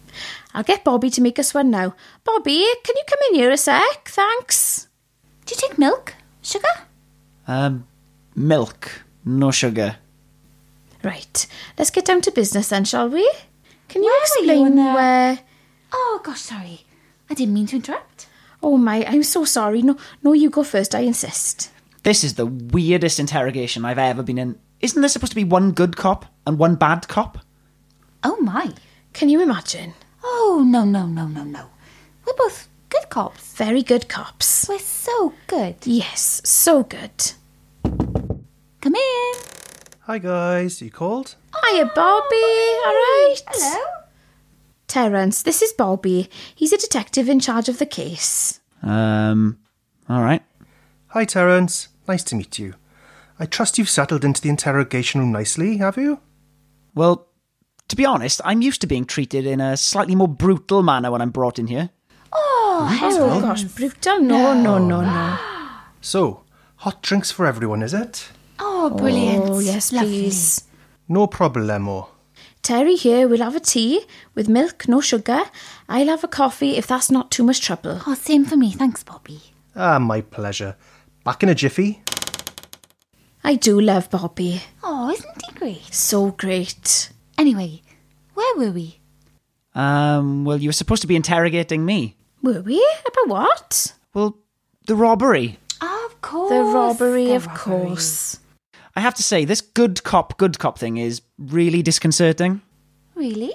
Speaker 15: I'll get Bobby to make us one now. Bobby, can you come in here a sec? Thanks.
Speaker 3: Do you take milk? Sugar?
Speaker 2: Um, milk, no sugar.
Speaker 15: Right, let's get down to business then, shall we? Can you
Speaker 3: Where were you
Speaker 15: explain
Speaker 3: in there?
Speaker 15: where?
Speaker 3: Oh, gosh, sorry. I didn't mean to interrupt.
Speaker 15: Oh my, I'm so sorry. No, no, you go first. I insist.
Speaker 2: This is the weirdest interrogation I've ever been in. Isn't there supposed to be one good cop and one bad cop?
Speaker 3: Oh, my.
Speaker 15: Can you imagine?
Speaker 3: Oh, no, no, no, no, no. We're both good cops.
Speaker 15: Very good cops.
Speaker 3: We're so good.
Speaker 15: Yes, so good.
Speaker 3: Come in.
Speaker 16: Hi guys, you called?
Speaker 15: Hiya, Bobby. All right.
Speaker 3: Oh, Hello.
Speaker 15: Terence, this is Bobby. He's a detective in charge of the case.
Speaker 2: Um, all right.
Speaker 16: Hi Terence, nice to meet you. I trust you've settled into the interrogation room nicely, have you?
Speaker 2: Well, to be honest, I'm used to being treated in a slightly more brutal manner when I'm brought in here.
Speaker 3: Oh, hello.
Speaker 15: Oh gosh, brutal. No, no, no, no.
Speaker 16: So, hot drinks for everyone, is it?
Speaker 3: Oh, brilliant.
Speaker 15: Oh yes,
Speaker 3: Lovely.
Speaker 15: please.
Speaker 16: No problemo.
Speaker 15: Terry here will have a tea with milk, no sugar. I'll have a coffee if that's not too much trouble.
Speaker 3: Oh, same for me, thanks, Bobby.
Speaker 16: Ah, my pleasure. Back in a jiffy.
Speaker 15: I do love Bobby.
Speaker 3: Oh, isn't he great?
Speaker 15: So great.
Speaker 3: Anyway, where were we?
Speaker 2: Um, well, you were supposed to be interrogating me.
Speaker 15: Were we? About what?
Speaker 2: Well, the robbery.
Speaker 3: Of course.
Speaker 15: The robbery, of course.
Speaker 2: I have to say, this good cop, good cop thing is really disconcerting.
Speaker 15: Really?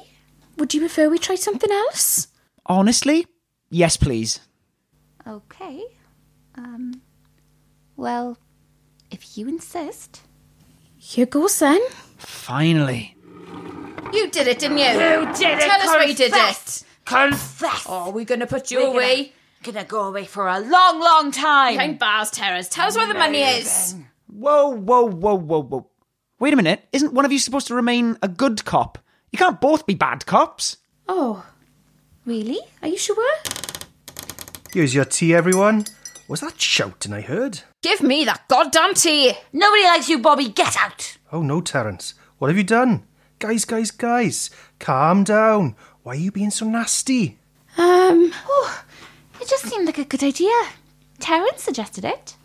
Speaker 15: Would you prefer we try something else?
Speaker 2: Honestly? Yes, please.
Speaker 3: Okay. Um, well, if you insist.
Speaker 15: Here goes then.
Speaker 2: Finally.
Speaker 17: You did it, didn't you?
Speaker 4: You did it.
Speaker 17: Tell us where you did
Speaker 4: Confess.
Speaker 17: it.
Speaker 4: Confess.
Speaker 17: Oh, we're going to put you
Speaker 4: We're gonna-
Speaker 17: away.
Speaker 4: Gonna go away for a long, long time.
Speaker 17: Behind bars, Terrors. Tell us where the money is.
Speaker 2: Whoa, whoa, whoa, whoa, whoa. Wait a minute. Isn't one of you supposed to remain a good cop? You can't both be bad cops.
Speaker 15: Oh, really? Are you sure?
Speaker 16: Here's your tea, everyone. Was that shouting I heard?
Speaker 17: Give me that goddamn tea.
Speaker 4: Nobody likes you, Bobby. Get out.
Speaker 16: Oh no, Terence. What have you done? Guys, guys, guys. Calm down. Why are you being so nasty?
Speaker 15: Um,
Speaker 3: Oh, It just seemed like a good idea.
Speaker 15: Terence suggested it.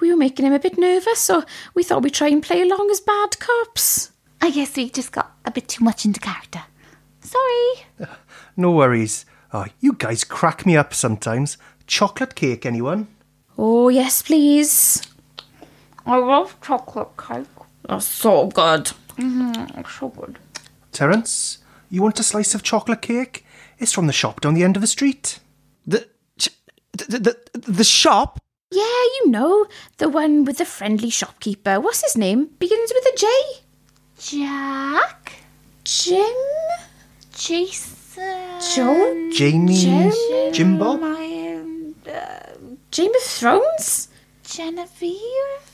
Speaker 15: We were making him a bit nervous, so we thought we'd try and play along as bad cops.
Speaker 3: I guess we just got a bit too much into character. Sorry.
Speaker 16: No worries. Oh, you guys crack me up sometimes. Chocolate cake, anyone?
Speaker 15: Oh, yes, please.
Speaker 17: I love chocolate cake.
Speaker 16: Oh, so good.
Speaker 3: Mm-hmm,
Speaker 17: Mm, so good.
Speaker 16: Terence, you want a slice of chocolate cake? It's from the shop down the end of the street.
Speaker 2: The the the, the shop?
Speaker 15: Yeah, you know, the one with the friendly shopkeeper. What's his name? Begins with a J.
Speaker 3: Jack?
Speaker 15: Jim?
Speaker 3: Jason?
Speaker 15: Joe?
Speaker 16: Jamie, Jimbo.
Speaker 15: Jim um, of Thrones?
Speaker 3: Genevieve?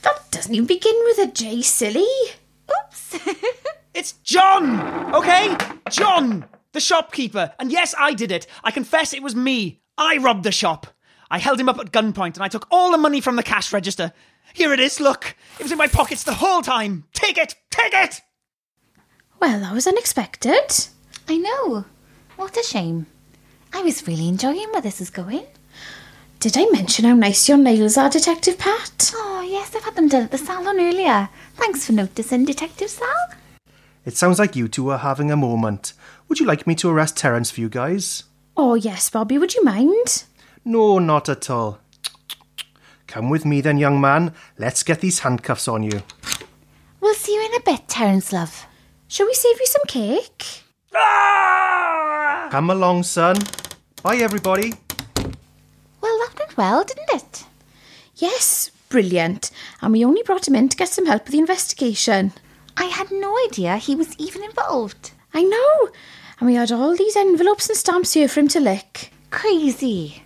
Speaker 15: That doesn't even begin with a J, silly.
Speaker 2: It's John! Okay? John! The shopkeeper. And yes, I did it. I confess it was me. I robbed the shop. I held him up at gunpoint and I took all the money from the cash register. Here it is, look. It was in my pockets the whole time. Take it! Take it!
Speaker 15: Well, that was unexpected.
Speaker 3: I know. What a shame. I was really enjoying where this is going.
Speaker 15: Did I mention how nice your nails are, Detective Pat?
Speaker 3: Oh, yes, I've had them done at the salon earlier. Thanks for noticing, Detective Sal.
Speaker 16: It sounds like you two are having a moment. Would you like me to arrest Terence for you guys?
Speaker 15: Oh, yes, Bobby, would you mind?
Speaker 16: No, not at all. Come with me then, young man. Let's get these handcuffs on you.
Speaker 3: We'll see you in a bit, Terence, love.
Speaker 15: Shall we save you some cake?
Speaker 16: Come along, son. Bye, everybody.
Speaker 3: Well, that went well, didn't it?
Speaker 15: Yes, brilliant. And we only brought him in to get some help with the investigation.
Speaker 3: I had no idea he was even involved.
Speaker 15: I know. And we had all these envelopes and stamps here for him to lick.
Speaker 3: Crazy.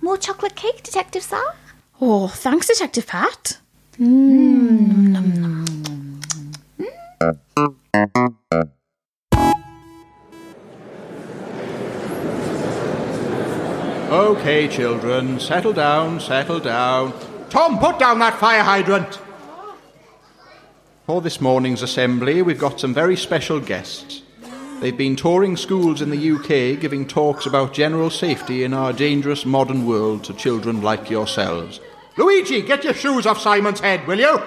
Speaker 3: More chocolate cake, Detective Sal?
Speaker 15: Oh, thanks, Detective Pat.
Speaker 4: Hmm.
Speaker 14: Okay, children, settle down, settle down. Tom, put down that fire hydrant! For this morning's assembly, we've got some very special guests. They've been touring schools in the UK giving talks about general safety in our dangerous modern world to children like yourselves. Luigi, get your shoes off Simon's head, will you?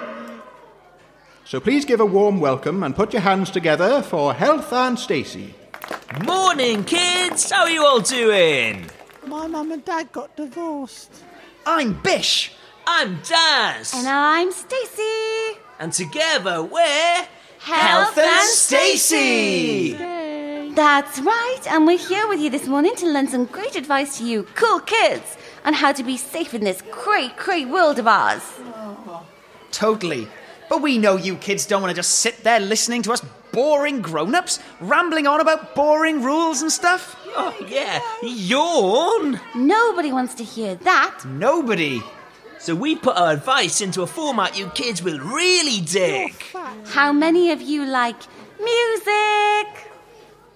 Speaker 14: So please give a warm welcome and put your hands together for Health and Stacy.
Speaker 18: Morning, kids. How are you all doing?
Speaker 19: My mum and dad got divorced.
Speaker 18: I'm Bish. I'm Daz.
Speaker 4: And I'm Stacey.
Speaker 18: And together we're
Speaker 4: Health and Stacey.
Speaker 3: That's right, and we're here with you this morning to lend some great advice to you cool kids on how to be safe in this cray cray world of ours.
Speaker 5: Oh,
Speaker 2: Totally. But we know you kids don't want to just sit there listening to us boring grown ups rambling on about boring rules and stuff.
Speaker 18: Oh, yeah. Yawn.
Speaker 3: Nobody wants to hear that.
Speaker 2: Nobody.
Speaker 18: So we put our advice into a format you kids will really dig.
Speaker 3: How many of you like music?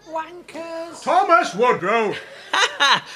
Speaker 19: Wankers.
Speaker 18: Thomas Woodrow.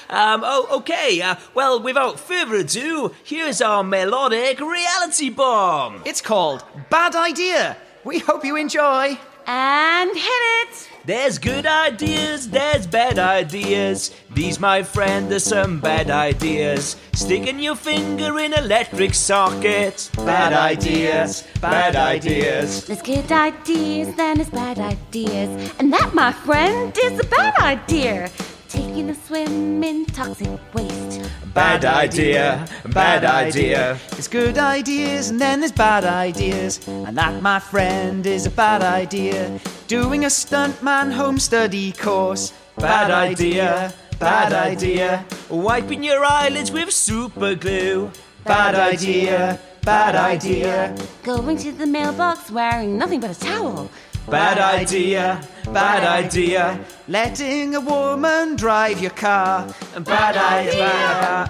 Speaker 18: um, oh, okay. Uh, well, without further ado, here's our melodic reality bomb.
Speaker 2: It's called Bad Idea. We hope you enjoy.
Speaker 3: And hit it.
Speaker 18: There's good ideas, there's bad ideas. These, my friend, are some bad ideas. Sticking your finger in electric sockets. Bad ideas, bad ideas.
Speaker 3: There's good ideas, then there's bad ideas. And that, my friend, is a bad idea. Taking a swim in toxic waste.
Speaker 18: Bad idea, bad idea.
Speaker 2: There's good ideas and then there's bad ideas. And that, my friend, is a bad idea. Doing a stuntman home study course.
Speaker 18: Bad idea, bad idea. Wiping your eyelids with super glue. Bad idea, bad idea.
Speaker 3: Going to the mailbox wearing nothing but a towel.
Speaker 18: Bad idea, bad idea.
Speaker 2: Letting a woman drive your car.
Speaker 18: Bad idea,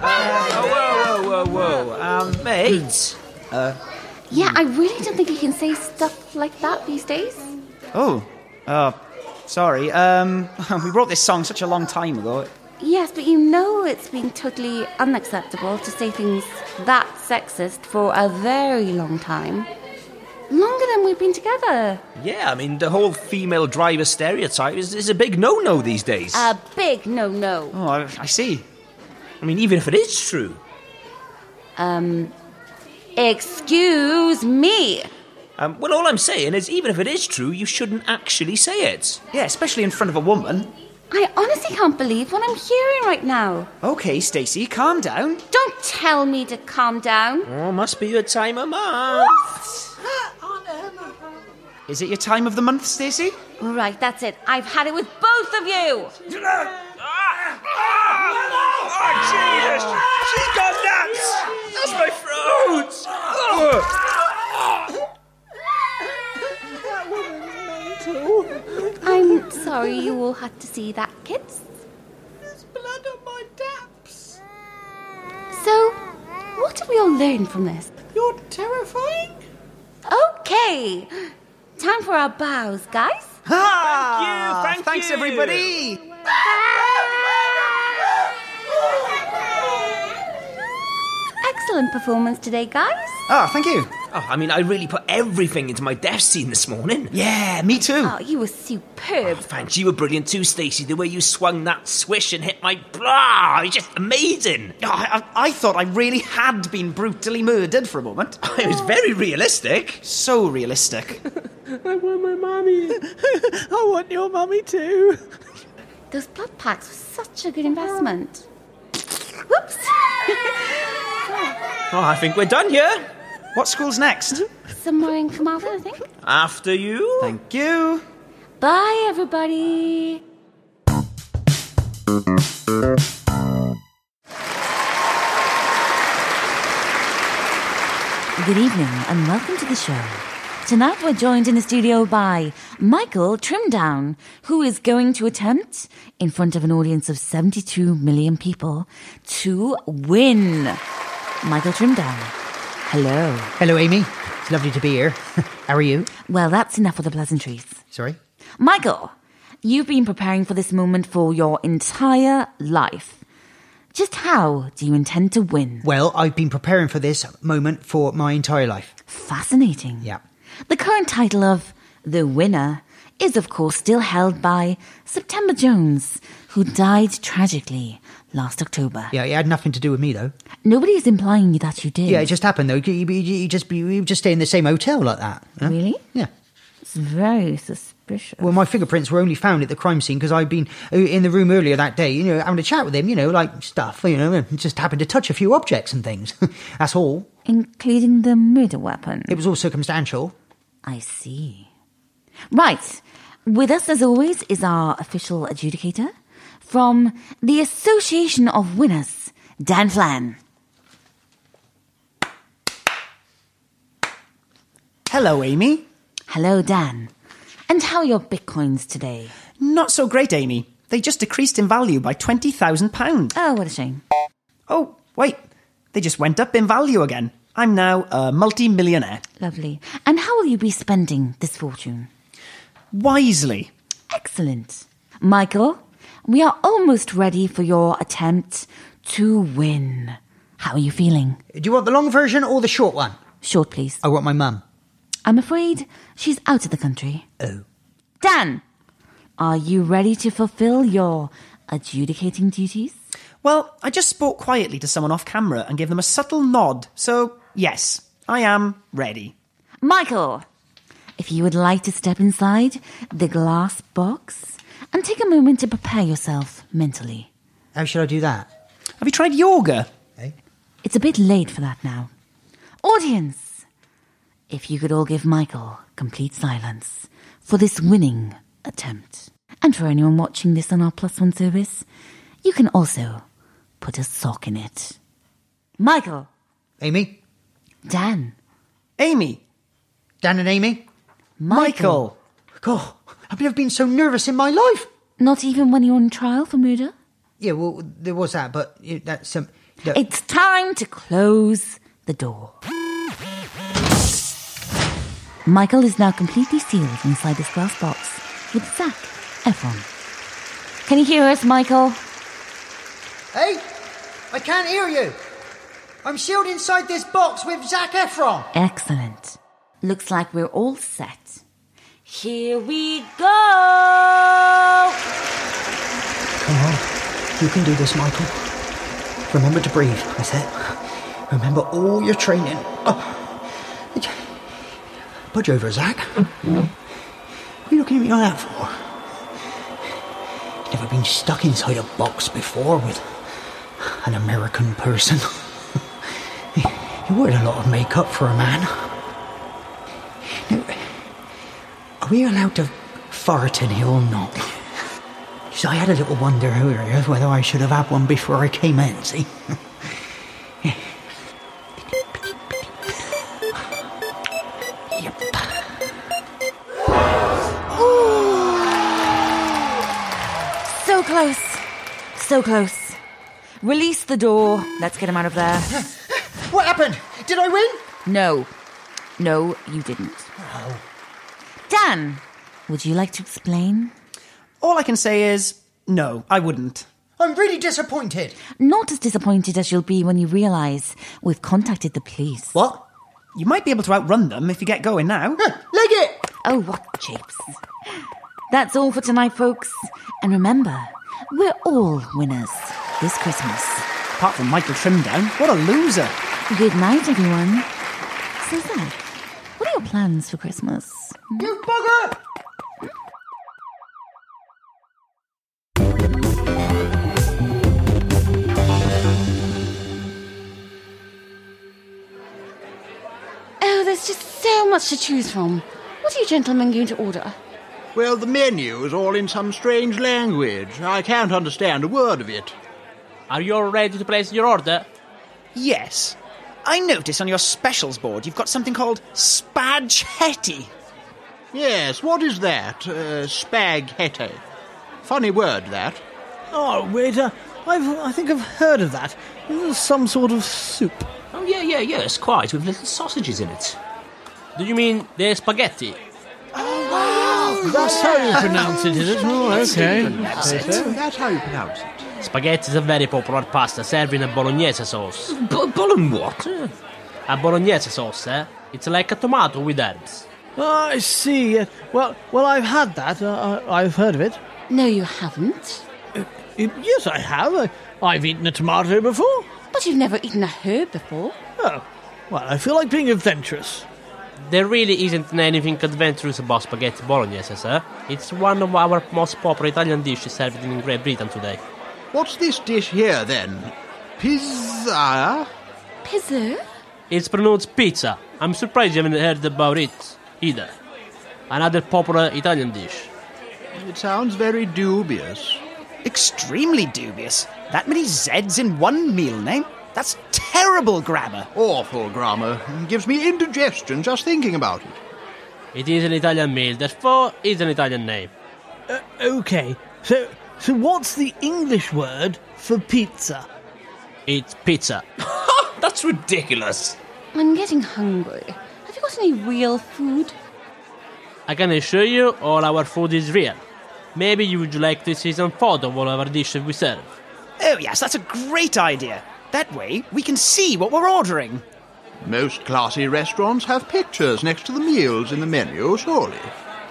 Speaker 18: bad idea. Oh, whoa, whoa, whoa, whoa. Um, mate.
Speaker 2: Uh,
Speaker 15: Yeah, I really don't think you can say stuff like that these days.
Speaker 2: oh, uh, sorry. Um, we wrote this song such a long time ago.
Speaker 3: Yes, but you know it's been totally unacceptable to say things that sexist for a very long time. Longer than we've been together.
Speaker 18: Yeah, I mean, the whole female driver stereotype is, is a big no no these days.
Speaker 3: A big no no.
Speaker 2: Oh, I, I see.
Speaker 18: I mean, even if it is true.
Speaker 3: Um, excuse me.
Speaker 18: Um, well, all I'm saying is, even if it is true, you shouldn't actually say it.
Speaker 2: Yeah, especially in front of a woman.
Speaker 3: I honestly can't believe what I'm hearing right now.
Speaker 2: Okay, Stacy, calm down.
Speaker 3: Don't tell me to calm down.
Speaker 18: Oh, must be your time of month.
Speaker 3: What?
Speaker 2: Is it your time of the month, Stacy?
Speaker 3: Right, that's it. I've had it with both of you.
Speaker 18: Jesus! She's gone nuts! That's my throat!
Speaker 19: That woman's mental.
Speaker 3: I'm sorry you all had to see that, kids.
Speaker 19: Blood on my daps.
Speaker 3: So, what did we all learn from this?
Speaker 19: You're terrifying.
Speaker 3: Okay, time for our bows, guys.
Speaker 2: Ah, thank you, thanks everybody.
Speaker 3: Excellent performance today, guys.
Speaker 2: Ah, thank you.
Speaker 18: Oh, I mean, I really put everything into my death scene this morning.
Speaker 2: Yeah, me too.
Speaker 3: Oh, you were superb.
Speaker 18: Thanks, you were brilliant too, Stacey. The way you swung that swish and hit my blah, it's just amazing.
Speaker 2: Oh, I, I, I thought I really had been brutally murdered for a moment.
Speaker 18: It was very realistic.
Speaker 2: So realistic.
Speaker 19: I want my mummy. I want your mummy too.
Speaker 3: Those blood packs were such a good investment. Whoops.
Speaker 18: Oh, I think we're done here.
Speaker 2: What school's next?
Speaker 3: Somewhere in Carmarthen, I think.
Speaker 18: After you.
Speaker 2: Thank you.
Speaker 3: Bye, everybody.
Speaker 18: Oh,
Speaker 3: Good evening and welcome to the show. Tonight we're joined in the studio by Michael Trimdown, who is going to attempt, in front of an audience of 72 million people, to win. Michael Trimdown, hello.
Speaker 20: Hello, Amy. It's lovely to be here. How are you?
Speaker 3: Well, that's enough of the pleasantries.
Speaker 20: Sorry?
Speaker 3: Michael, you've been preparing for this moment for your entire life. Just how do you intend to win?
Speaker 20: Well, I've been preparing for this moment for my entire life.
Speaker 3: Fascinating.
Speaker 20: Yeah.
Speaker 3: The current title of The Winner is, of course, still held by September Jones, who died tragically last October.
Speaker 20: Yeah, it had nothing to do with me, though.
Speaker 3: Nobody is implying that you did.
Speaker 20: Yeah, it just happened, though. You, you, you just, you just stay in the same hotel like that. huh?
Speaker 3: Really?
Speaker 20: Yeah.
Speaker 3: It's very suspicious.
Speaker 20: Well, my fingerprints were only found at the crime scene because I'd been uh, in the room earlier that day, you know, having a chat with him, you know, like stuff, you know, and just happened to touch a few objects and things. That's all.
Speaker 3: Including the murder weapon.
Speaker 20: It was all circumstantial.
Speaker 3: I see. Right. With us, as always, is our official adjudicator from the Association of Winners, Dan Flan.
Speaker 2: Hello, Amy.
Speaker 3: Hello, Dan. And how are your bitcoins today?
Speaker 2: Not so great, Amy. They just decreased in value by £20,000.
Speaker 3: Oh, what a shame.
Speaker 2: Oh, wait. They just went up in value again. I'm now a multi millionaire.
Speaker 3: Lovely. And how will you be spending this fortune?
Speaker 2: Wisely.
Speaker 3: Excellent. Michael, we are almost ready for your attempt to win. How are you feeling?
Speaker 20: Do you want the long version or the short one?
Speaker 3: Short, please.
Speaker 20: I want my mum.
Speaker 3: I'm afraid she's out of the country.
Speaker 20: Oh.
Speaker 3: Dan, Are you ready to fulfill your adjudicating duties?
Speaker 2: Well, I just spoke quietly to someone off camera and gave them a subtle nod, so yes, I am ready.
Speaker 3: Michael! If you would like to step inside the glass box and take a moment to prepare yourself mentally.
Speaker 20: How should I do that?
Speaker 2: Have you tried yoga?
Speaker 3: It's a bit late for that now. Audience! If you could all give Michael complete silence for this winning attempt. And for anyone watching this on our Plus One service, you can also put a sock in it. Michael!
Speaker 20: Amy?
Speaker 3: Dan.
Speaker 2: Amy.
Speaker 20: Dan and Amy?
Speaker 2: Michael.
Speaker 20: God, I've never been so nervous in my life.
Speaker 3: Not even when you're on trial for murder?
Speaker 20: Yeah, well, there was that, but it, that's um, the-
Speaker 3: It's time to close the door. Michael is now completely sealed inside this glass box with Zach Efron. Can you hear us, Michael?
Speaker 20: Hey, I can't hear you. I'm sealed inside this box with Zach Efron.
Speaker 3: Excellent. Looks like we're all set. Here we go!
Speaker 21: Come on. You can do this, Michael. Remember to breathe, that's it. Remember all your training. Oh. Budge over, Zach. What are you looking at me like that for? Never been stuck inside a box before with an American person. you wear a lot of makeup for a man. Now, are we allowed to fart in here or not? So I had a little wonder earlier whether I should have had one before I came in, see?
Speaker 3: So close. So close. Release the door. Let's get him out of there.
Speaker 20: What happened? Did I win?
Speaker 3: No. No, you didn't. Dan, would you like to explain?
Speaker 2: All I can say is no, I wouldn't.
Speaker 20: I'm really disappointed.
Speaker 3: Not as disappointed as you'll be when you realise we've contacted the police.
Speaker 20: What?
Speaker 2: You might be able to outrun them if you get going now.
Speaker 20: Leg it!
Speaker 3: Oh, what japes. That's all for tonight, folks. And remember, we're all winners this Christmas.
Speaker 2: Apart from Michael Trimdown, what a loser.
Speaker 3: Good night, everyone. So, Zach, what are your plans for Christmas?
Speaker 20: You bugger!
Speaker 3: Oh, there's just so much to choose from. What are you gentlemen going to order?
Speaker 1: Well, the menu is all in some strange language. I can't understand a word of it.
Speaker 22: Are you all ready to place your order?
Speaker 2: Yes. I notice on your specials board you've got something called spaghetti.
Speaker 1: Yes, what is that? Uh, spaghetti. Funny word, that.
Speaker 5: Oh, waiter, I've, I think I've heard of that. This is some sort of soup.
Speaker 22: Oh, yeah, yeah, yeah, it's quite, with little sausages in it. Do you mean the spaghetti?
Speaker 5: That's how you pronounce it, is it? Oh, okay.
Speaker 1: That's how you pronounce it.
Speaker 22: Spaghetti is a very popular pasta served in a bolognese sauce.
Speaker 5: B- Bolin what?
Speaker 22: A bolognese sauce, eh? It's like a tomato with herbs.
Speaker 5: Oh, I see. Uh, Well, well, I've had that. Uh, I, I've heard of it.
Speaker 3: No, you haven't.
Speaker 5: Uh, Yes, I have. I, I've eaten a tomato before.
Speaker 3: But you've never eaten a herb before.
Speaker 5: Oh, well, I feel like being adventurous.
Speaker 22: There really isn't anything adventurous about spaghetti bolognese, sir. It's one of our most popular Italian dishes served in Great Britain today.
Speaker 1: What's this dish here, then? Pizza?
Speaker 3: Pizza?
Speaker 22: It's pronounced pizza. I'm surprised you haven't heard about it either. Another popular Italian dish.
Speaker 1: It sounds very dubious.
Speaker 2: Extremely dubious. That many Z's in one meal name? That's terrible grammar.
Speaker 1: Awful grammar. Gives me indigestion just thinking about it.
Speaker 22: It is an Italian meal, therefore it's an Italian name.
Speaker 5: Uh, Okay, so so what's the English word for pizza?
Speaker 22: It's pizza.
Speaker 18: That's ridiculous.
Speaker 3: I'm getting hungry. Have you got any real food?
Speaker 22: I can assure you all our food is real. Maybe you would like to see some photo of all our dishes we serve.
Speaker 2: Oh, yes, that's a great idea. That way we can see what we're ordering.
Speaker 1: Most classy restaurants have pictures next to the meals in the menu, surely.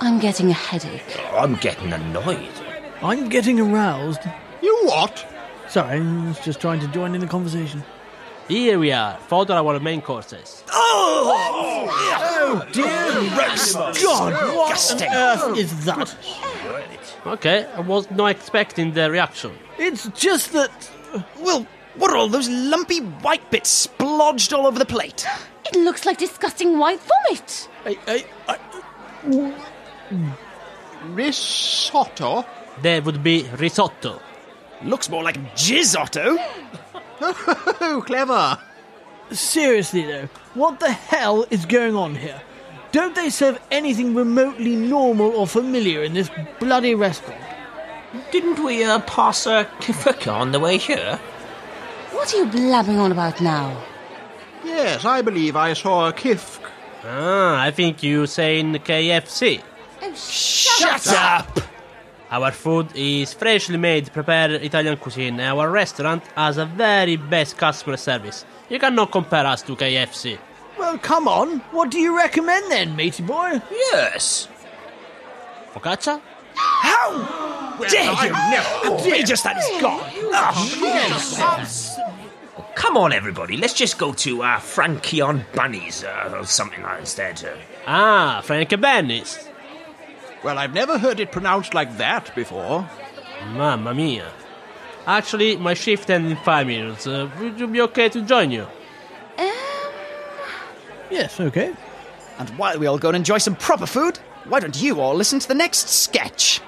Speaker 3: I'm getting a headache.
Speaker 18: I'm getting annoyed.
Speaker 5: I'm getting aroused.
Speaker 1: You what?
Speaker 5: Sorry, I was just trying to join in the conversation.
Speaker 22: Here we are. Fodder our main courses.
Speaker 5: Oh! Oh, dear
Speaker 22: Rex.
Speaker 5: God, what on
Speaker 22: Disgusting.
Speaker 5: earth is that?
Speaker 22: Okay, I was not expecting the reaction.
Speaker 2: It's just that. Well, what are all those lumpy white bits splodged all over the plate?
Speaker 3: It looks like disgusting white vomit.
Speaker 1: Mm. Risotto?
Speaker 22: There would be risotto.
Speaker 2: Looks more like jizz, Otto.
Speaker 5: Clever. Seriously, though, what the hell is going on here? Don't they serve anything remotely normal or familiar in this bloody restaurant?
Speaker 23: Didn't we uh, pass a kefika on the way here?
Speaker 3: What are you blabbing on about now?
Speaker 1: Yes, I believe I saw a kif.
Speaker 22: Ah, I think you saying KFC.
Speaker 3: Oh,
Speaker 22: Shut up! Our food is freshly made, prepared Italian cuisine. and Our restaurant has a very best customer service. You cannot compare us to KFC.
Speaker 5: Well, come on. What do you recommend then, matey boy?
Speaker 22: Yes. Focaccia?
Speaker 2: How
Speaker 5: dare you?
Speaker 2: How dare you just that is gone.
Speaker 23: Oh, Come on, everybody, let's just go to uh, Frankie on Bunnies uh, or something like that instead. Uh,
Speaker 22: Ah, Frankie Bennis.
Speaker 1: Well, I've never heard it pronounced like that before.
Speaker 22: Mamma mia. Actually, my shift ends in five minutes. Uh, would you be okay to join you?
Speaker 5: Yes, okay.
Speaker 2: And while we all go and enjoy some proper food, why don't you all listen to the next sketch?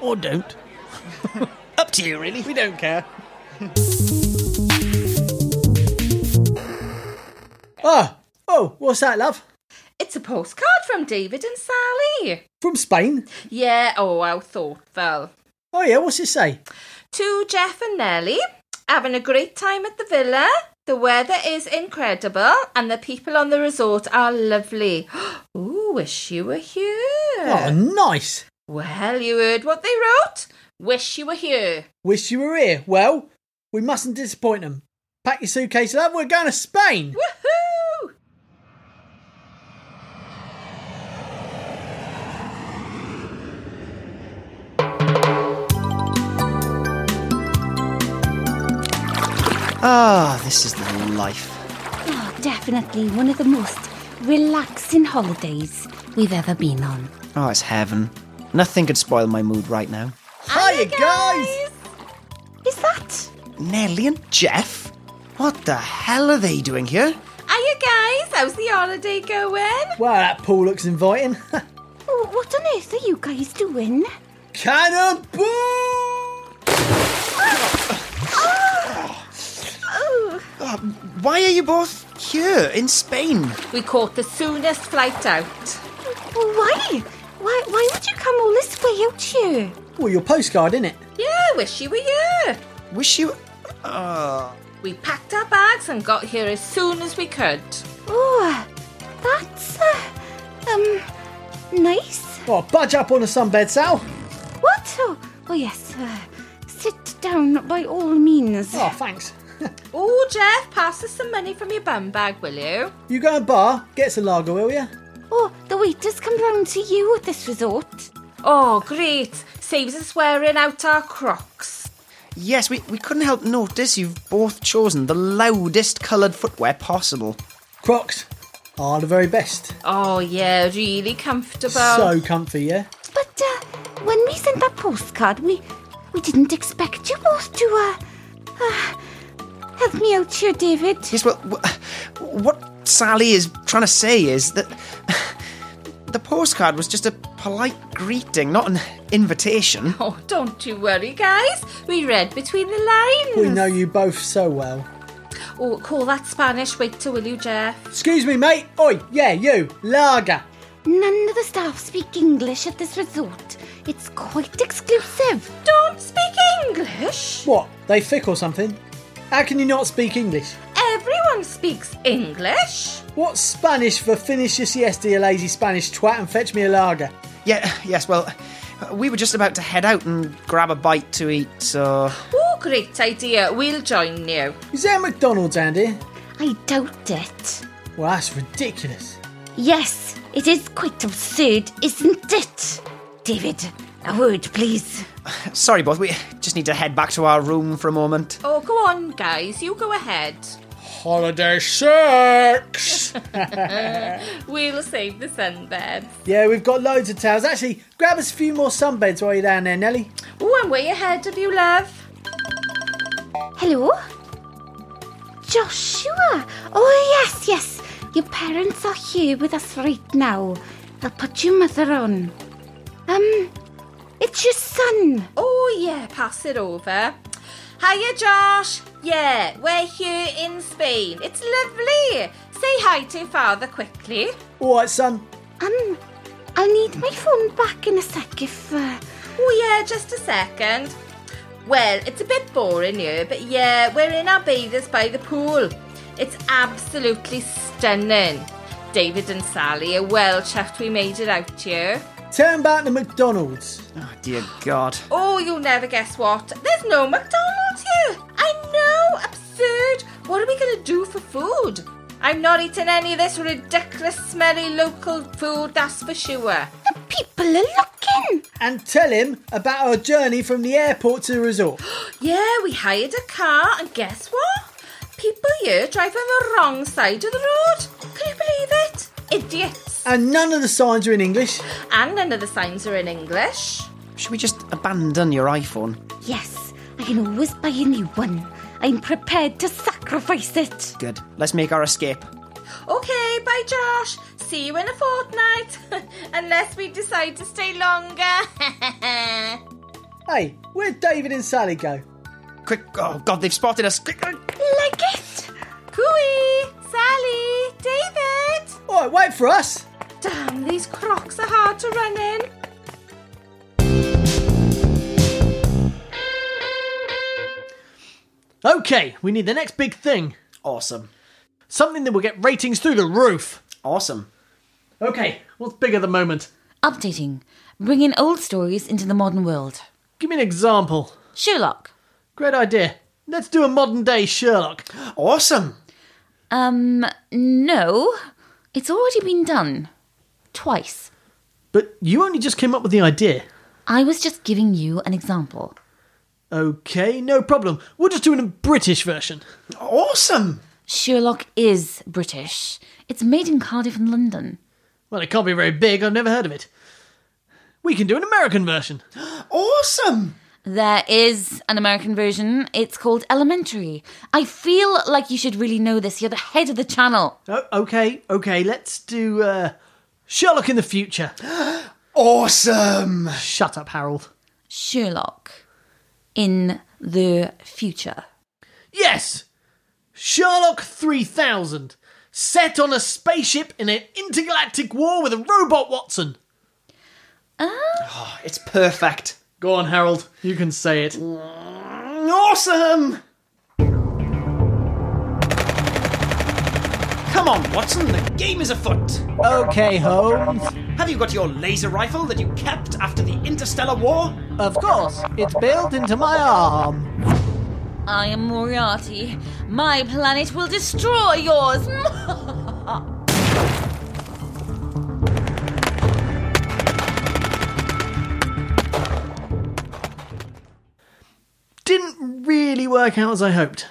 Speaker 5: Or don't.
Speaker 2: Up to you, really. We don't care.
Speaker 5: Ah, oh, what's that, love?
Speaker 24: It's a postcard from David and Sally.
Speaker 5: From Spain?
Speaker 24: Yeah, oh, how thoughtful.
Speaker 5: Oh, yeah, what's it say?
Speaker 24: To Jeff and Nellie, having a great time at the villa. The weather is incredible and the people on the resort are lovely. Ooh, wish you were here.
Speaker 5: Oh, nice.
Speaker 24: Well, you heard what they wrote. Wish you were here.
Speaker 5: Wish you were here. Well, we mustn't disappoint them. Pack your suitcase, love. We're going to Spain.
Speaker 24: Woohoo!
Speaker 2: Ah, this is the life.
Speaker 3: Oh, definitely one of the most relaxing holidays we've ever been on.
Speaker 2: Oh, it's heaven. Nothing could spoil my mood right now.
Speaker 5: Hiya, guys!
Speaker 3: Is that?
Speaker 2: Nellie and Jeff? What the hell are they doing here?
Speaker 24: Hiya, guys. How's the holiday going?
Speaker 5: Wow, that pool looks inviting.
Speaker 3: Oh, what on earth are you guys doing?
Speaker 5: Cannibal!
Speaker 2: Uh, Ah, why are you both here in Spain?
Speaker 24: We caught the soonest flight out.
Speaker 3: Well, why? Why? Why would you come all this way out here?
Speaker 5: Well, your postcard, innit?
Speaker 24: Yeah, wish you were here.
Speaker 2: Wish you. Uh...
Speaker 24: We packed our bags and got here as soon as we could.
Speaker 3: Oh, that's uh, um nice.
Speaker 5: Oh, budge up on a sunbed, Sal.
Speaker 3: What? Oh, oh yes. Uh, sit down by all means.
Speaker 5: Oh, thanks.
Speaker 24: Oh, Jeff, pass us some money from your bum bag, will you?
Speaker 5: You go and bar, get us a lager, will you?
Speaker 3: Oh, the waiters come round to you at this resort.
Speaker 24: Oh, great. Saves us wearing out our crocs.
Speaker 2: Yes, we, we couldn't help notice you've both chosen the loudest coloured footwear possible.
Speaker 5: Crocs are Ah, the very best.
Speaker 24: Oh, yeah, really comfortable.
Speaker 5: So comfy, yeah?
Speaker 3: But uh, when we sent that postcard, we we didn't expect you both to uh, uh help me out here, David.
Speaker 2: Yes, well, wh- what Sally is trying to say is that the postcard was just a polite greeting, not an invitation.
Speaker 24: Oh, don't you worry, guys. We read between the lines.
Speaker 5: We know you both so well.
Speaker 24: Oh, call that Spanish waiter, will you, Jeff?
Speaker 5: Excuse me, mate. Oi, yeah, you. Lager.
Speaker 3: None of the staff speak English at this resort. It's quite exclusive.
Speaker 24: Don't speak English.
Speaker 5: What? They thick or something? How can you not speak English?
Speaker 24: Everyone speaks English.
Speaker 5: What's Spanish for finish your siesta, you lazy Spanish twat, and fetch me a lager?
Speaker 2: Yeah, yes, well, we were just about to head out and grab a bite to eat, so.
Speaker 24: Oh, great idea. We'll join you.
Speaker 5: Is there a McDonald's, Andy?
Speaker 3: I doubt it.
Speaker 5: Well, that's ridiculous.
Speaker 3: Yes, it is quite absurd, isn't it? David, a word, please.
Speaker 2: Sorry, boss, we just need to head back to our room for a moment.
Speaker 24: Oh, go on, guys. You go ahead.
Speaker 2: Holiday sex!
Speaker 24: we'll save the sunbed.
Speaker 5: Yeah, we've got loads of towels. Actually, grab us a few more sunbeds while you're down there, Nelly.
Speaker 24: Oh, I'm way ahead of you, love.
Speaker 3: Hello? Joshua! Oh, yes, yes. Your parents are here with us right now. I'll put your mother on. Um, it's your son.
Speaker 24: Oh, yeah, pass it over. Hiya, Josh. Yeah, we're here in Spain. It's lovely. Say hi to father quickly.
Speaker 5: All right, son.
Speaker 3: Um, I'll need my phone back in a sec if. Uh...
Speaker 24: Oh, yeah, just a second. Well, it's a bit boring here, but yeah, we're in our bathers by the pool. It's absolutely stunning. David and Sally are well chuffed we made it out here.
Speaker 5: Turn back to McDonald's.
Speaker 2: Oh, dear God.
Speaker 24: Oh, you'll never guess what. There's no McDonald's here. I know, absurd. What are we going to do for food? I'm not eating any of this ridiculous, smelly local food, that's for sure.
Speaker 3: People are looking.
Speaker 5: And tell him about our journey from the airport to the resort.
Speaker 24: Yeah, we hired a car, and guess what? People here drive on the wrong side of the road. Can you believe it? Idiots.
Speaker 5: And none of the signs are in English.
Speaker 24: And none of the signs are in English.
Speaker 2: Should we just abandon your iPhone?
Speaker 3: Yes, I can always buy a new one. I'm prepared to sacrifice it.
Speaker 2: Good. Let's make our escape.
Speaker 24: Okay, bye, Josh. See you in a fortnight. Unless we decide to stay longer.
Speaker 5: Hey, where'd David and Sally go?
Speaker 2: Quick, oh God, they've spotted us. Quick, uh,
Speaker 3: Like it.
Speaker 24: Cooey, Sally, David.
Speaker 5: All right, wait Oh, for us.
Speaker 24: Damn, these crocs are hard to run in.
Speaker 5: Okay, we need the next big thing.
Speaker 2: Awesome.
Speaker 5: Something that will get ratings through the roof.
Speaker 2: Awesome.
Speaker 5: Okay, what's big at the moment?
Speaker 3: Updating, bringing old stories into the modern world.
Speaker 5: Give me an example.
Speaker 3: Sherlock.
Speaker 5: Great idea. Let's do a modern day Sherlock.
Speaker 2: Awesome.
Speaker 3: Um, no. It's already been done. Twice.
Speaker 5: But you only just came up with the idea.
Speaker 3: I was just giving you an example.
Speaker 5: Okay, no problem. We'll just do a British version.
Speaker 2: Awesome.
Speaker 3: Sherlock is British. It's made in Cardiff and London.
Speaker 5: Well, it can't be very big. I've never heard of it. We can do an American version.
Speaker 2: Awesome.
Speaker 3: There is an American version. It's called Elementary. I feel like you should really know this. You're the head of the channel.
Speaker 5: Oh, okay, okay. Let's do uh, Sherlock in the future.
Speaker 2: Awesome.
Speaker 5: Shut up, Harold.
Speaker 3: Sherlock in the future.
Speaker 5: Yes, Sherlock three thousand, set on a spaceship in an intergalactic war with a robot Watson.
Speaker 3: Ah.
Speaker 2: Oh, it's perfect.
Speaker 5: Go on, Harold. You can say it.
Speaker 2: Awesome. Come on, Watson. The game is afoot.
Speaker 5: Okay, Holmes.
Speaker 2: Have you got your laser rifle that you kept after the interstellar war?
Speaker 5: Of course, it's built into my arm.
Speaker 3: I am Moriarty. My planet will destroy yours.
Speaker 5: Didn't really work out as I hoped.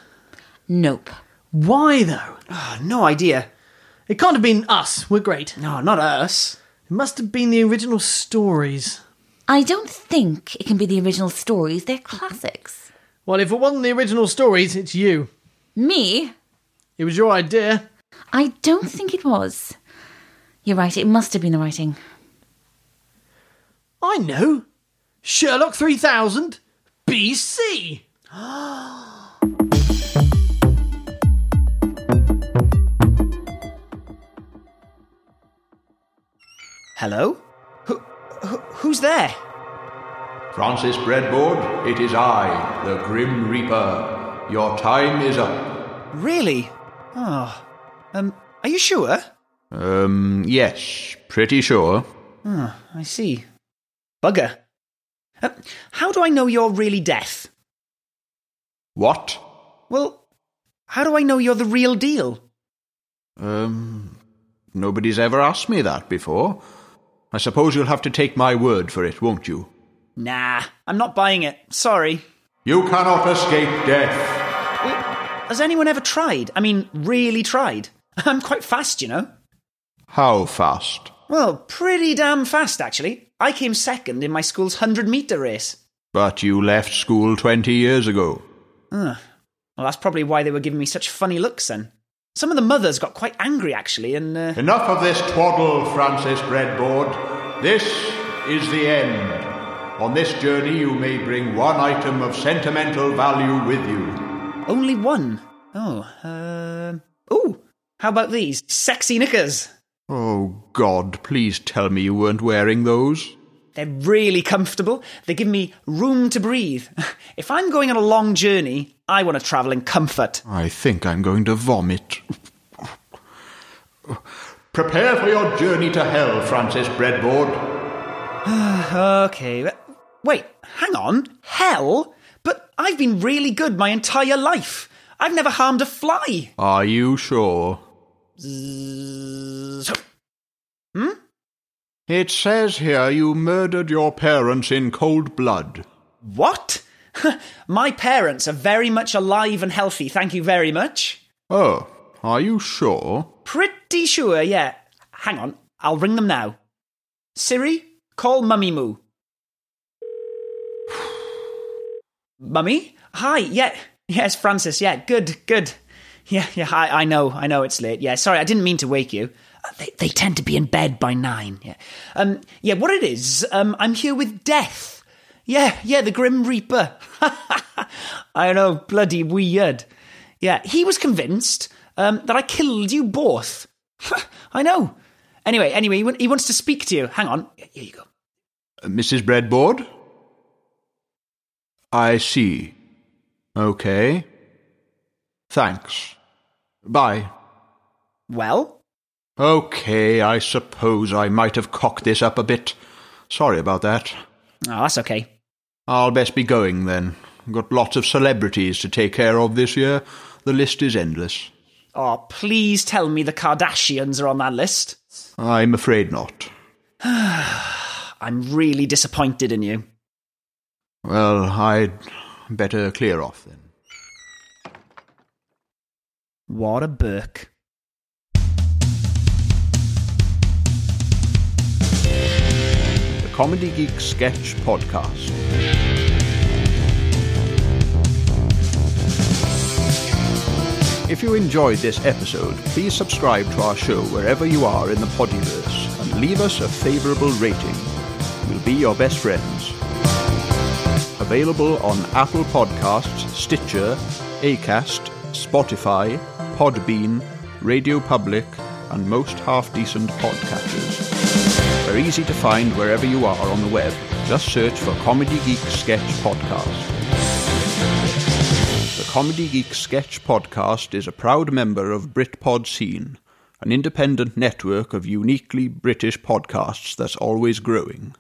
Speaker 3: nope.
Speaker 5: Why though?
Speaker 2: Oh, no idea.
Speaker 5: It can't have been us. We're great.
Speaker 2: No, not us.
Speaker 5: It must have been the original stories.
Speaker 3: I don't think it can be the original stories. They're classics.
Speaker 5: Well, if it wasn't the original stories, it's you.
Speaker 3: Me?
Speaker 5: It was your idea.
Speaker 3: I don't think it was. You're right, it must have been the writing.
Speaker 5: I know. Sherlock 3000 BC.
Speaker 2: Hello? Who, who, who's there?
Speaker 14: Francis Breadboard, it is I, the Grim Reaper. Your time is up.
Speaker 2: Really? Oh. Um, are you sure?
Speaker 14: Um, yes, pretty sure.
Speaker 2: Ah, I see. Bugger. Uh, how do I know you're really deaf?
Speaker 14: What?
Speaker 2: Well, how do I know you're the real deal?
Speaker 14: Um,
Speaker 1: Nobody's ever asked me that before. I suppose you'll have to take my word for it, won't you?
Speaker 2: Nah, I'm not buying it. Sorry.
Speaker 1: You cannot escape death.
Speaker 2: Has anyone ever tried? I mean, really tried? I'm quite fast, you know.
Speaker 1: How fast?
Speaker 2: Well, pretty damn fast, actually. I came second in my school's 100 metre race.
Speaker 1: But you left school 20 years ago.
Speaker 2: Ugh. Well, that's probably why they were giving me such funny looks then. Some of the mothers got quite angry, actually, and. Uh...
Speaker 1: Enough of this twaddle, Francis Breadboard. This is the end. On this journey, you may bring one item of sentimental value with you.
Speaker 2: Only one? Oh, um. Ooh! How about these? Sexy knickers!
Speaker 1: Oh, God, please tell me you weren't wearing those.
Speaker 2: They're really comfortable. They give me room to breathe. If I'm going on a long journey, I want to travel in comfort.
Speaker 1: I think I'm going to vomit. Prepare for your journey to hell, Francis Breadboard.
Speaker 2: okay. but- Wait, hang on. Hell? But I've been really good my entire life. I've never harmed a fly.
Speaker 1: Are you sure?
Speaker 2: Hmm?
Speaker 1: It says here you murdered your parents in cold blood.
Speaker 2: What? My parents are very much alive and healthy, thank you very much.
Speaker 1: Oh, are you sure?
Speaker 2: Pretty sure, yeah. Hang on, I'll ring them now. Siri, call Mummy Moo. Mummy? Hi, yeah, yes, Francis, yeah, good, good. Yeah, yeah, I, I know, I know it's late. Yeah, sorry, I didn't mean to wake you. Uh, They, they tend to be in bed by nine, yeah. Um, yeah, what it is, um, I'm here with Death. Yeah, yeah, the Grim Reaper. I know, bloody weird. Yeah, he was convinced um, that I killed you both. I know. Anyway, anyway, he, wa- he wants to speak to you. Hang on. Here you go.
Speaker 1: Uh, Mrs. Breadboard? I see. Okay. Thanks. Bye.
Speaker 2: Well?
Speaker 1: Okay, I suppose I might have cocked this up a bit. Sorry about that.
Speaker 2: Oh, that's okay.
Speaker 1: I'll best be going then. Got lots of celebrities to take care of this year. The list is endless.
Speaker 2: Oh, please tell me the Kardashians are on that list.
Speaker 1: I'm afraid not.
Speaker 2: I'm really disappointed in you.
Speaker 1: Well, I'd better clear off then.
Speaker 2: What a Burke.
Speaker 1: The Comedy Geek Sketch Podcast. If you enjoyed this episode, please subscribe to our show wherever you are in the Podiverse and leave us a favourable rating. We'll be your best friends. Available on Apple Podcasts, Stitcher, Acast, Spotify, Podbean, Radio Public, and most half-decent podcatchers. We're easy to find wherever you are on the web. Just search for Comedy Geek Sketch Podcast. The Comedy Geek Sketch Podcast is a proud member of Britpod Scene, an independent network of uniquely British podcasts that's always growing.